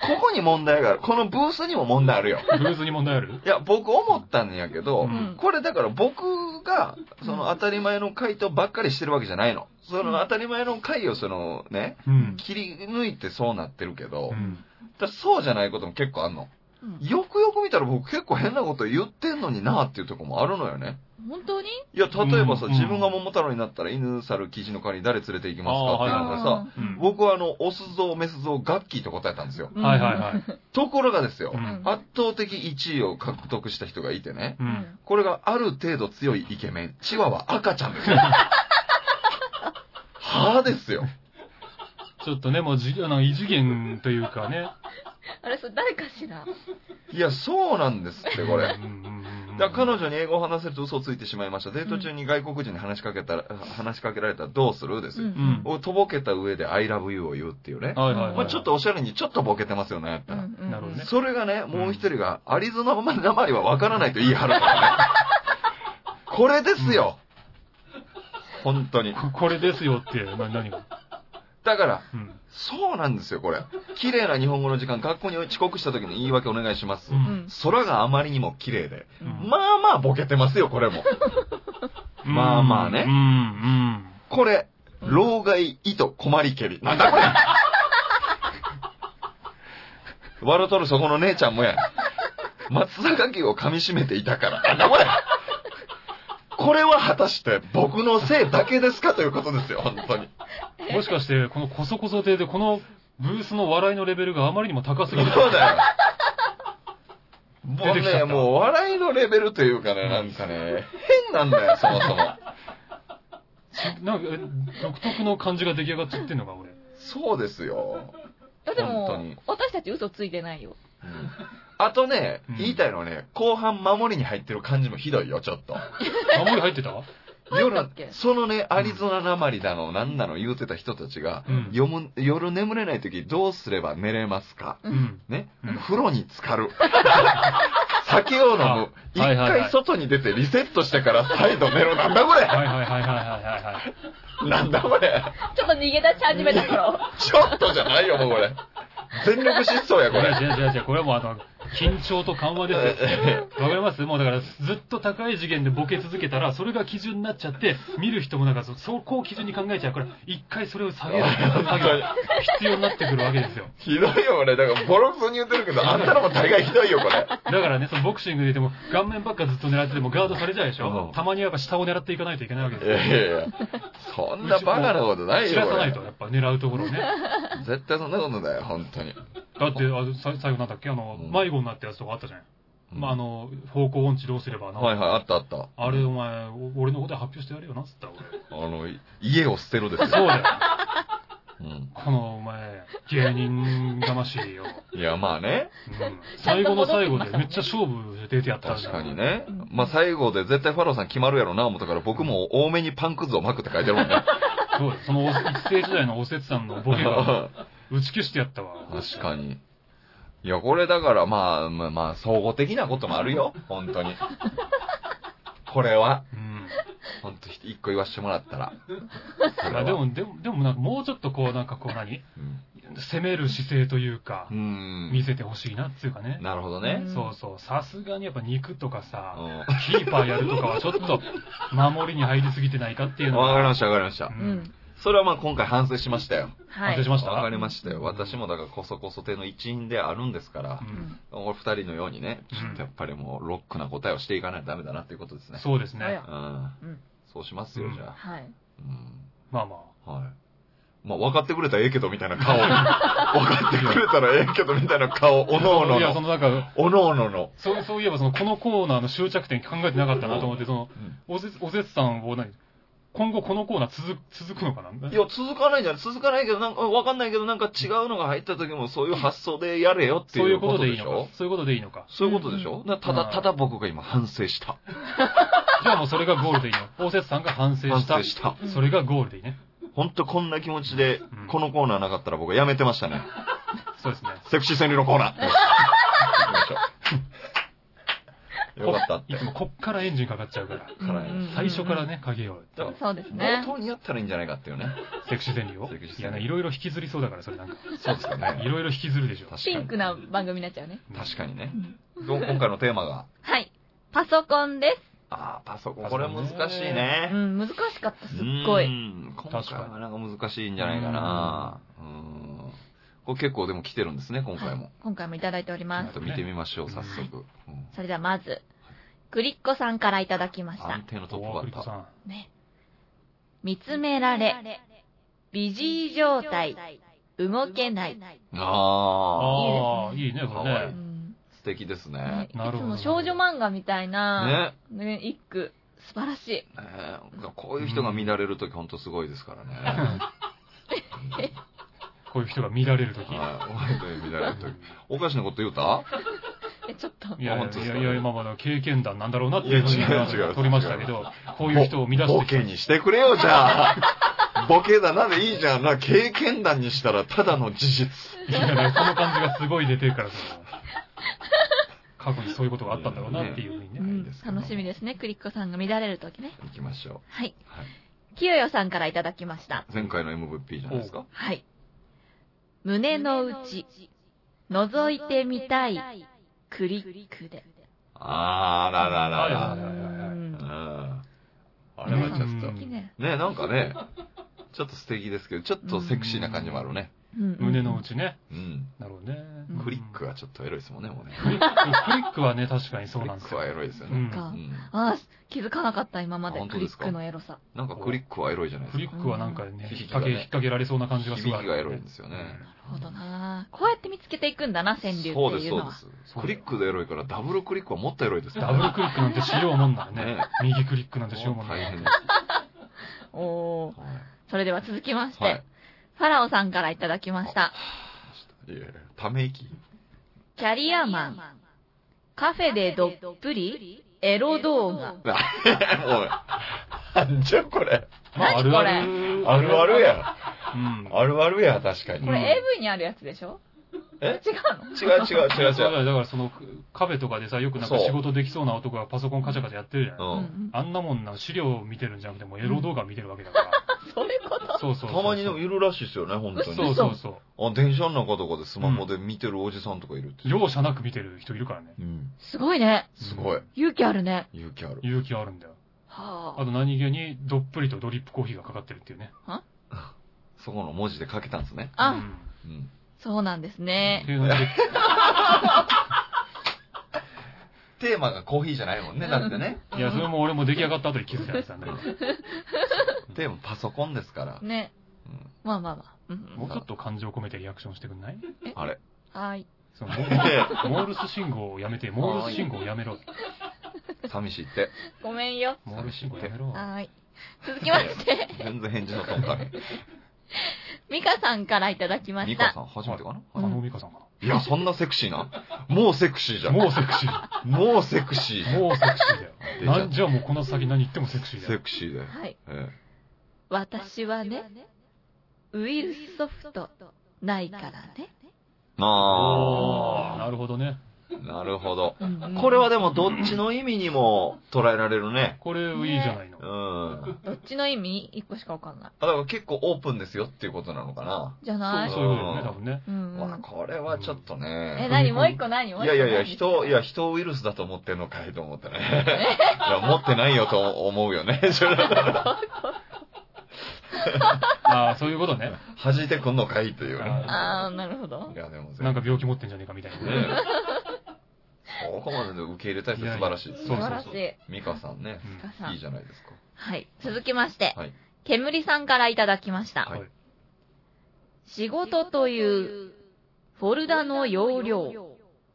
[SPEAKER 2] ここに問題がある。このブースにも問題あるよ。
[SPEAKER 1] ブーズに問題ある
[SPEAKER 2] いや、僕思ったんやけ
[SPEAKER 1] う
[SPEAKER 2] ど、
[SPEAKER 1] ん
[SPEAKER 2] これだから僕が、その当たり前の回答ばっかりしてるわけじゃないの。その当たり前の回をそのね、
[SPEAKER 1] うん。
[SPEAKER 2] 切り抜いてそうなってるけど、
[SPEAKER 1] うん。
[SPEAKER 2] だからそうじゃないことも結構あんの。
[SPEAKER 4] うん。
[SPEAKER 2] よくよく見たら僕結構変なこと言ってんのになっていうとこもあるのよね。
[SPEAKER 4] 本当に
[SPEAKER 2] いや、例えばさ、
[SPEAKER 1] うん
[SPEAKER 2] 自分が桃太郎になったら犬猿キジの代わりに誰連れて行きますかっていうのが
[SPEAKER 1] あ
[SPEAKER 2] さ、
[SPEAKER 1] う
[SPEAKER 4] う
[SPEAKER 1] ん
[SPEAKER 2] 僕はあの、オス像、メス像、ガッキーと答えたんですよ。
[SPEAKER 4] ん
[SPEAKER 1] はいはいはい。
[SPEAKER 2] ところがですよ、
[SPEAKER 1] うん
[SPEAKER 2] 圧倒的1位を獲得した人がいてね、
[SPEAKER 1] う。
[SPEAKER 4] うんん。
[SPEAKER 2] これがある程度強いイケメン、チワワ赤ちゃ んですよ。はぁですよ。
[SPEAKER 1] ちょっとね、もうじ、あの、異次元というかね。
[SPEAKER 4] あれ、それ誰かしら
[SPEAKER 2] いや、そうなんですって、これ
[SPEAKER 1] う。んうんうんうん
[SPEAKER 2] だから彼女に英語を話せると嘘をついてしまいました。デート中に外国人に話しかけたら、話しかけられたらどうするです
[SPEAKER 1] う
[SPEAKER 2] よ。
[SPEAKER 1] ん。
[SPEAKER 2] をとぼけた上で I love you を言うっていうね。
[SPEAKER 1] はいはいはい。
[SPEAKER 2] まあちょっとおしゃれにちょっとボケてますよね、やったら。
[SPEAKER 1] なるほどね
[SPEAKER 2] それがね、もう一人が、アリゾナまなまりはわからないと言い張るからね。これですよ。本当に。
[SPEAKER 1] ここれですよって、な何が。
[SPEAKER 2] だから、
[SPEAKER 1] うん。
[SPEAKER 2] そうなんですよ、これ。綺麗な日本語の時間、学校に遅刻した時の言い訳お願いします。
[SPEAKER 1] う
[SPEAKER 4] うん
[SPEAKER 1] ん。
[SPEAKER 2] 空があまりにも綺麗で。
[SPEAKER 1] うん
[SPEAKER 2] まあまあボケてますよ、これも。まあまあね
[SPEAKER 1] うん、うん。
[SPEAKER 2] これ、老害、糸、困りけり。なんだこれ笑うとるそこの姉ちゃんもや。松坂牛を噛み締めていたから。なんだこれこれは果たして僕のせいだけですかということですよ、本当に。
[SPEAKER 1] もしかして、このコソコソ亭で、このブースの笑いのレベルがあまりにも高すぎる。
[SPEAKER 2] そうだよ。も
[SPEAKER 1] 出
[SPEAKER 2] う
[SPEAKER 1] てきちゃ
[SPEAKER 2] ね、
[SPEAKER 1] った
[SPEAKER 2] もう笑いのレベルというかね、なんかね、変なんだよ、そもそも。
[SPEAKER 1] なんか、え独特の感じが出来上がっちゃってんのか、俺。
[SPEAKER 2] そうですよ。
[SPEAKER 4] やで
[SPEAKER 2] 本当
[SPEAKER 4] も
[SPEAKER 2] に、
[SPEAKER 4] 私たち嘘ついてないよ。
[SPEAKER 2] うんあとね
[SPEAKER 1] うん、
[SPEAKER 2] 言いたいのはね、後半守りに入ってる感じもひどいよ、ちょっと。
[SPEAKER 1] あ、もう入ってた
[SPEAKER 2] 夜
[SPEAKER 4] っけ、
[SPEAKER 2] そのね、アリゾナなまりだの、なんなの言うてた人たちが、
[SPEAKER 1] うん
[SPEAKER 2] 夜む夜眠れない時どうすれば寝れますか
[SPEAKER 1] うん。
[SPEAKER 2] ね、
[SPEAKER 1] うん
[SPEAKER 2] 風呂に浸かる。 酒を飲む
[SPEAKER 1] あ。
[SPEAKER 2] 一
[SPEAKER 1] はいはいはい
[SPEAKER 2] 回外に出てリセットしてから再度寝ろ。なんだこれ
[SPEAKER 1] はいはいはいはいはいはい。
[SPEAKER 2] なんだこれ
[SPEAKER 4] ちょっと逃げ出し始めた頃。
[SPEAKER 2] ちょっとじゃないよ、もうこれ。全力疾走や、こ
[SPEAKER 1] いや
[SPEAKER 2] れ。
[SPEAKER 1] 違う違う違う、これはもうあの、緊張と緩和ですよ。 わかりますもうだから、ずっと高い次元でボケ続けたら、それが基準になっちゃって、見る人もなんかそ、そこを基準に考えちゃうから、一回それを下げるっていう作業が必要になってくるわけですよ。
[SPEAKER 2] ひどいよ、これ。だから、ボロクソに言ってるけど、あんたのも大概ひどいよ、これ。
[SPEAKER 1] だからね、そのボクシングでいても、顔面ばっかずっと狙っててもガードされちゃうでし
[SPEAKER 2] う
[SPEAKER 1] ょ
[SPEAKER 2] ん
[SPEAKER 1] たまにやっぱ下を狙っていかないといけないわけです
[SPEAKER 2] い
[SPEAKER 1] よ。
[SPEAKER 2] やいやいや。そんなバカなことない
[SPEAKER 1] 知
[SPEAKER 2] よ、
[SPEAKER 1] らさ
[SPEAKER 2] こ
[SPEAKER 1] ない
[SPEAKER 2] れ
[SPEAKER 1] と、。やっぱ狙うところをね。
[SPEAKER 2] 絶対そんなことだよ、本当に。
[SPEAKER 1] だって、あのさ最後なんだっけあの、
[SPEAKER 2] うん
[SPEAKER 1] 迷子になったやつとかあったじゃん。まあ、あの、方向音痴どうすればな。
[SPEAKER 2] はいはい、あったあった。
[SPEAKER 1] あれ、お前、お俺のことで発表してやるよなっつった俺。
[SPEAKER 2] あの、い家を捨てろです
[SPEAKER 1] そう
[SPEAKER 2] よ。
[SPEAKER 1] だよ。
[SPEAKER 2] うん。
[SPEAKER 1] この、お前、芸人魂よ。
[SPEAKER 2] いや、まあね。
[SPEAKER 1] うん最後の最後でめっちゃ勝負出てやった
[SPEAKER 2] 確
[SPEAKER 1] じゃん。
[SPEAKER 2] かに。ね。まあ最後で絶対ファローさん決まるやろな、思ったから僕も多めにパンくずを巻くって書いてるも んね。
[SPEAKER 1] そうだよその一世時代のおせつさんのボケ が
[SPEAKER 2] 確
[SPEAKER 1] 打ち消してやったわ。
[SPEAKER 2] かに。いや、これだからまあ、まあ、まあ、総合的なこともあるよ。本当に。これは、
[SPEAKER 1] うん。
[SPEAKER 2] 本当一個言わしてもらったら。それ
[SPEAKER 1] まあ
[SPEAKER 2] は
[SPEAKER 1] で、も、でも、でもなんかもうちょっとこう、なんかこう何
[SPEAKER 2] うん
[SPEAKER 1] 攻める姿勢というか
[SPEAKER 2] う、ん。
[SPEAKER 1] 見せてほしいなっていうかね。
[SPEAKER 2] なるほどね。
[SPEAKER 1] そうそう。さすがにやっぱ肉とか
[SPEAKER 2] う
[SPEAKER 1] さ、
[SPEAKER 2] ん
[SPEAKER 1] キーパーやるとかはちょっと守りに入りすぎてないかっていうの
[SPEAKER 2] わ
[SPEAKER 1] は。
[SPEAKER 2] かりました、わかりました
[SPEAKER 1] う。
[SPEAKER 4] うんん。
[SPEAKER 2] それはまあ今回反省しましたよ。
[SPEAKER 4] は
[SPEAKER 1] 反省
[SPEAKER 4] い
[SPEAKER 1] し。ました
[SPEAKER 2] わかりましたよ。私もだからこそこそ亭の一員であるんですから
[SPEAKER 1] う、ん
[SPEAKER 2] お二人のようにね、ちょっとやっぱりもうロックな答えをしていかないとダメだなっていうことですね。
[SPEAKER 1] そうです
[SPEAKER 4] あ
[SPEAKER 1] ね
[SPEAKER 4] ら。
[SPEAKER 2] うん
[SPEAKER 4] うん。
[SPEAKER 2] そうしますよ、じゃあ。
[SPEAKER 4] はい。
[SPEAKER 2] うん。
[SPEAKER 1] まあま
[SPEAKER 2] はい。まあ、分かってくれたらええけどみたいな顔。分かってくれたらええけどみたいな顔、おのお
[SPEAKER 1] あ。
[SPEAKER 2] の
[SPEAKER 1] いや、そ
[SPEAKER 2] の。
[SPEAKER 1] のなんか、
[SPEAKER 2] おのおのの。
[SPEAKER 1] そう、そういえば、その、このコーナーの終着点考えてなかったなと思って、その、おせ、おせつさんを何、今後このコーナー続く、続くのかない
[SPEAKER 2] や、続かないんじゃない続かないけど、なんか、わかんないけど、なんか違うのが入った時もそういう発想でやれよって
[SPEAKER 1] そう
[SPEAKER 2] い
[SPEAKER 1] いううこ
[SPEAKER 2] こと
[SPEAKER 1] とでい
[SPEAKER 2] で
[SPEAKER 1] い
[SPEAKER 2] し
[SPEAKER 1] の
[SPEAKER 2] ょ
[SPEAKER 1] か。そういうことでいいのか。
[SPEAKER 2] そういうことでしょだた
[SPEAKER 1] う
[SPEAKER 2] だ、
[SPEAKER 1] ん
[SPEAKER 2] ただ僕が今反省した。
[SPEAKER 1] じゃあもうそれがゴールでいいの。おせつさんが反省
[SPEAKER 2] 反
[SPEAKER 1] した
[SPEAKER 2] 省。した。
[SPEAKER 1] それがゴールでいいね。
[SPEAKER 2] ほんとこんな気持ちで
[SPEAKER 1] ん、
[SPEAKER 2] このコーナーなかったら僕はやめてましたね。
[SPEAKER 1] そうですね。
[SPEAKER 2] セクシー川柳のコーナ ー。行きましょうよかったって
[SPEAKER 1] い。つもこっからエンジンかかっちゃうから。
[SPEAKER 2] 辛い
[SPEAKER 4] うん
[SPEAKER 1] 最初からね、かけようよ。
[SPEAKER 4] そうですね。
[SPEAKER 2] 本当にやったらいいんじゃないかっていうね。
[SPEAKER 1] セクシー川柳を
[SPEAKER 2] セクシー。
[SPEAKER 1] い
[SPEAKER 2] 川
[SPEAKER 1] や
[SPEAKER 2] 柳
[SPEAKER 1] ね、いろいろ引きずりそうだから、それなんか。
[SPEAKER 2] そうですよ
[SPEAKER 1] い
[SPEAKER 2] ね。
[SPEAKER 1] ろいろ引きずるでしょ。
[SPEAKER 2] 確
[SPEAKER 4] ピ
[SPEAKER 2] か
[SPEAKER 4] ン
[SPEAKER 2] に。
[SPEAKER 4] クな番組になっちゃうね。
[SPEAKER 2] 確かにね。ど今回のテーマが、
[SPEAKER 4] はい。パソコンで
[SPEAKER 2] ああ、パソコン。
[SPEAKER 1] パソ
[SPEAKER 2] こ
[SPEAKER 1] コ
[SPEAKER 2] れ
[SPEAKER 1] ンね
[SPEAKER 2] 難しいうね。
[SPEAKER 4] ん、難しかった、すっご
[SPEAKER 2] う
[SPEAKER 4] い。
[SPEAKER 2] ん今回
[SPEAKER 1] 確かに
[SPEAKER 2] はなんか難しいんじゃないかな。うん。これ結構でも来てるんですね、今回
[SPEAKER 4] は
[SPEAKER 2] も
[SPEAKER 4] い。今回もいただいており
[SPEAKER 2] ちょ
[SPEAKER 4] ま
[SPEAKER 2] っ
[SPEAKER 4] す。
[SPEAKER 2] と見てみましょう、
[SPEAKER 1] うん
[SPEAKER 2] 早速。うん
[SPEAKER 4] それではまず、グリッコさんからいただきました
[SPEAKER 2] 安。定のトップ
[SPEAKER 1] お
[SPEAKER 2] バ
[SPEAKER 1] ークリ
[SPEAKER 2] ッ
[SPEAKER 1] コさ
[SPEAKER 2] タ
[SPEAKER 1] ん。
[SPEAKER 4] ね。見つめられ、美人状態、動けない。
[SPEAKER 2] ー。ああ、
[SPEAKER 1] ああ、いいね、こ
[SPEAKER 2] 可
[SPEAKER 1] れ
[SPEAKER 2] 愛
[SPEAKER 1] ね
[SPEAKER 2] い。
[SPEAKER 4] うん
[SPEAKER 2] 素敵です
[SPEAKER 4] ね
[SPEAKER 2] ね。
[SPEAKER 4] いつ
[SPEAKER 1] なるほど
[SPEAKER 4] も少女漫画みたいな、
[SPEAKER 2] ね。
[SPEAKER 4] ね、一句、素晴らしい。
[SPEAKER 2] ねえこういう人が乱れるとき、ほんとすごいです からね。
[SPEAKER 1] こういう人が見られるとき。
[SPEAKER 2] はい、本当に乱れるとき。おかしなこと言うた
[SPEAKER 4] え、ちょっと、
[SPEAKER 1] いやい
[SPEAKER 2] 本当ですか
[SPEAKER 1] やいや、今まだ経験談なんだろうなってい
[SPEAKER 2] いうや
[SPEAKER 1] ふうに
[SPEAKER 2] 違う違う
[SPEAKER 1] 取りましたけど、こういう人を見出して
[SPEAKER 2] ボ
[SPEAKER 1] きた
[SPEAKER 2] ケにしてくれよ、じゃあ。 ボケだなでいいじゃんな。経験談にしたらただの事実。
[SPEAKER 1] いや、だからこの感じがすごい出て るから、その過去にそういうことがあったんだろうなっていうふうに
[SPEAKER 4] う
[SPEAKER 1] ね。
[SPEAKER 2] いい
[SPEAKER 4] ん
[SPEAKER 2] です、けど
[SPEAKER 4] 楽しみですね。クリッコさんが見られるときね。
[SPEAKER 2] 行きましょ
[SPEAKER 4] はい。
[SPEAKER 2] う。はい、
[SPEAKER 4] きよよさんからいただきました。
[SPEAKER 2] 前回の MVP じゃないですか。
[SPEAKER 4] はい。胸の内、覗いてみたい、クリックで。
[SPEAKER 2] あーららら
[SPEAKER 1] はい
[SPEAKER 2] ら
[SPEAKER 1] はいはいはい
[SPEAKER 4] う
[SPEAKER 2] う
[SPEAKER 4] ん
[SPEAKER 2] ん。あ
[SPEAKER 4] あ
[SPEAKER 2] れはちょっと。
[SPEAKER 1] うん
[SPEAKER 4] ね。
[SPEAKER 2] ねなんかね、ちょっと素敵ですけど、ちょっとセクシーな感じもあるね。
[SPEAKER 4] うん
[SPEAKER 1] 胸の内ね。
[SPEAKER 2] うん。
[SPEAKER 1] なるほどね
[SPEAKER 4] う。うん
[SPEAKER 2] クリックはちょっとエロいですもんね、もうね。
[SPEAKER 1] クリッククリックはね、確かにそう
[SPEAKER 2] クリ
[SPEAKER 1] なん
[SPEAKER 2] ッ
[SPEAKER 1] です
[SPEAKER 2] ク
[SPEAKER 1] よ。
[SPEAKER 2] はエロいですよ
[SPEAKER 1] う
[SPEAKER 2] ね。
[SPEAKER 1] ん
[SPEAKER 4] か
[SPEAKER 2] うん
[SPEAKER 4] ああ、気づかなかった、今まで
[SPEAKER 2] あ。本
[SPEAKER 4] ク
[SPEAKER 2] 当
[SPEAKER 4] リ
[SPEAKER 2] です
[SPEAKER 4] ッ
[SPEAKER 2] か
[SPEAKER 4] クのエロさ。
[SPEAKER 2] なんかクリックはエロいじゃない
[SPEAKER 1] ク
[SPEAKER 2] で
[SPEAKER 1] リ
[SPEAKER 2] すか。
[SPEAKER 1] ックはなんかね、
[SPEAKER 2] うん
[SPEAKER 1] 引っ掛け、引っ掛けられそうな感じがす
[SPEAKER 2] 響き
[SPEAKER 1] ごいある。
[SPEAKER 2] がエロいんですよね。
[SPEAKER 4] なるほどな。こうやって見つけていくんだな、川柳っていうの
[SPEAKER 2] そ
[SPEAKER 4] は。
[SPEAKER 2] うです、そうです。
[SPEAKER 1] そう
[SPEAKER 2] クリックでエロいから、ダブルクリックはもっとエロいです
[SPEAKER 1] ダブルクリックなんてしようもんならね
[SPEAKER 2] ね。
[SPEAKER 1] 右クリックなんてしようもんな
[SPEAKER 2] 大
[SPEAKER 1] ら。
[SPEAKER 2] 変です。
[SPEAKER 4] おー
[SPEAKER 2] はい
[SPEAKER 4] それでは続きまして、
[SPEAKER 2] はい。
[SPEAKER 4] ファラオさんからいただきました。
[SPEAKER 2] いえ、ため息。
[SPEAKER 4] キャリアマン、カフェでどっぷり、エロ動画。
[SPEAKER 2] なおい。なんじゃこれ。
[SPEAKER 1] まあ、あ
[SPEAKER 4] 何
[SPEAKER 1] る
[SPEAKER 4] こ
[SPEAKER 1] あ
[SPEAKER 4] れ
[SPEAKER 1] る。
[SPEAKER 2] あるあるや。
[SPEAKER 1] うん。
[SPEAKER 2] あるあるや、確かに。
[SPEAKER 4] こ
[SPEAKER 1] うん
[SPEAKER 4] れ AV にあるやつでしょ
[SPEAKER 2] え
[SPEAKER 4] 違う
[SPEAKER 2] 違う違う違う
[SPEAKER 1] そうだ
[SPEAKER 2] 違う。
[SPEAKER 1] よだからその、カフェとかでさ、よくなんか
[SPEAKER 2] そう
[SPEAKER 1] 仕事できそうな男がパソコンカチャカチャやってるじゃない。
[SPEAKER 4] の
[SPEAKER 2] う。
[SPEAKER 4] うんん
[SPEAKER 1] あんなもんな、資料を見てるんじゃなくて、もうエロ動画見てるわけだから。
[SPEAKER 4] そういうこと
[SPEAKER 1] そうそうそう。
[SPEAKER 2] たまにでもいるらしいですよね、本当に。
[SPEAKER 1] そうそうそ
[SPEAKER 2] あ、電車の中とかでスマホで見てるおじさんとかいるって。
[SPEAKER 1] う。容赦なく見てる人いるからね。
[SPEAKER 2] うん。
[SPEAKER 4] すごいね。
[SPEAKER 2] すごい。
[SPEAKER 4] 勇気あるね。
[SPEAKER 2] 勇気ある。
[SPEAKER 1] 勇気あるんだよ。
[SPEAKER 4] は
[SPEAKER 1] あと何気に、どっぷりとドリップコーヒーがかかってるっていうね。
[SPEAKER 2] そこの文字で書けたんですね。
[SPEAKER 4] あ。
[SPEAKER 1] う
[SPEAKER 4] あ、
[SPEAKER 1] ん
[SPEAKER 2] うん。
[SPEAKER 4] そうなんです
[SPEAKER 1] っ
[SPEAKER 4] ね
[SPEAKER 1] て。いうので、
[SPEAKER 2] テーマがコーヒーじゃないもんね、だってね。
[SPEAKER 1] いや、それも俺も出来上がった後に気づいたやつなんだけど。
[SPEAKER 2] テーマパソコンですから。
[SPEAKER 4] ね。
[SPEAKER 2] うん
[SPEAKER 4] まあまあまあ。うん
[SPEAKER 1] もうちょっと感情込めてリアクションしてくんない
[SPEAKER 2] あれ。
[SPEAKER 4] はい。
[SPEAKER 1] そのモモールス信号をやめて、モールス信号をやめろ。
[SPEAKER 2] 寂しいって。
[SPEAKER 4] ごめんよ。
[SPEAKER 1] モールス信号やめろ。
[SPEAKER 4] はい。続きまして、
[SPEAKER 2] 全然返事のとんかね。
[SPEAKER 4] ミカさんからいただきま
[SPEAKER 2] ミ
[SPEAKER 4] し
[SPEAKER 2] カ
[SPEAKER 4] た。
[SPEAKER 2] さん、初めてかな、
[SPEAKER 1] あの美香さんか
[SPEAKER 2] いや、そんなセクシーな。もうセクシーじゃ
[SPEAKER 1] な。
[SPEAKER 2] ん。
[SPEAKER 1] もうセクシー。
[SPEAKER 2] もうセクシー。
[SPEAKER 1] もうセクシーだよ。
[SPEAKER 2] 出ちゃ
[SPEAKER 1] な
[SPEAKER 2] っ
[SPEAKER 1] んじゃあもうこの先何言ってもセクシ
[SPEAKER 2] た
[SPEAKER 1] ーだ
[SPEAKER 2] セ
[SPEAKER 1] よ。
[SPEAKER 2] クシーで。
[SPEAKER 4] はい。
[SPEAKER 2] え
[SPEAKER 4] 私はね、ウイルスソフトないからね。
[SPEAKER 2] え、
[SPEAKER 1] あー
[SPEAKER 2] あ
[SPEAKER 1] なるほどね。
[SPEAKER 2] ー。なるほど。
[SPEAKER 4] うんうん
[SPEAKER 2] これはでもどっちの意味にも捉えられるね。
[SPEAKER 1] これいいじゃないの
[SPEAKER 2] うん。。あ、
[SPEAKER 4] どっちの意味一個しかわかんない。
[SPEAKER 2] だから結構オープンですよっていうことなのかな。
[SPEAKER 4] じゃ
[SPEAKER 1] そ
[SPEAKER 4] な
[SPEAKER 1] う
[SPEAKER 4] い
[SPEAKER 1] そういうことだよね、多分ね。
[SPEAKER 4] うんう
[SPEAKER 2] わあ
[SPEAKER 4] ん。
[SPEAKER 2] これはちょっと
[SPEAKER 4] え、
[SPEAKER 2] ね。
[SPEAKER 4] 何もう一個何もう
[SPEAKER 2] い
[SPEAKER 4] 一
[SPEAKER 2] や
[SPEAKER 4] 個
[SPEAKER 2] い
[SPEAKER 4] 何
[SPEAKER 2] やいや、人、いや、人をウイルスだと思ってんのかいと思ってね。 いや、持ってないよと思うよね。 それ
[SPEAKER 1] ああ、そういうことね。
[SPEAKER 2] 弾いてくんのかいというね。
[SPEAKER 4] あー、なるほど
[SPEAKER 2] い。や、でも全然
[SPEAKER 1] なんか病気持ってんじゃねえかみたいなね。
[SPEAKER 2] ねえ。そこまでで受け入れたい人素晴らしいです
[SPEAKER 1] そ
[SPEAKER 4] 素
[SPEAKER 1] うそう
[SPEAKER 4] 晴
[SPEAKER 1] そう
[SPEAKER 4] らしい。
[SPEAKER 2] ミカさんね、
[SPEAKER 1] うん
[SPEAKER 4] ミカさん
[SPEAKER 2] いいじゃないですか。
[SPEAKER 4] はい。続きまして、
[SPEAKER 2] はい
[SPEAKER 4] 煙さんからいただきました。
[SPEAKER 2] はい
[SPEAKER 4] 仕事というフォルダの容量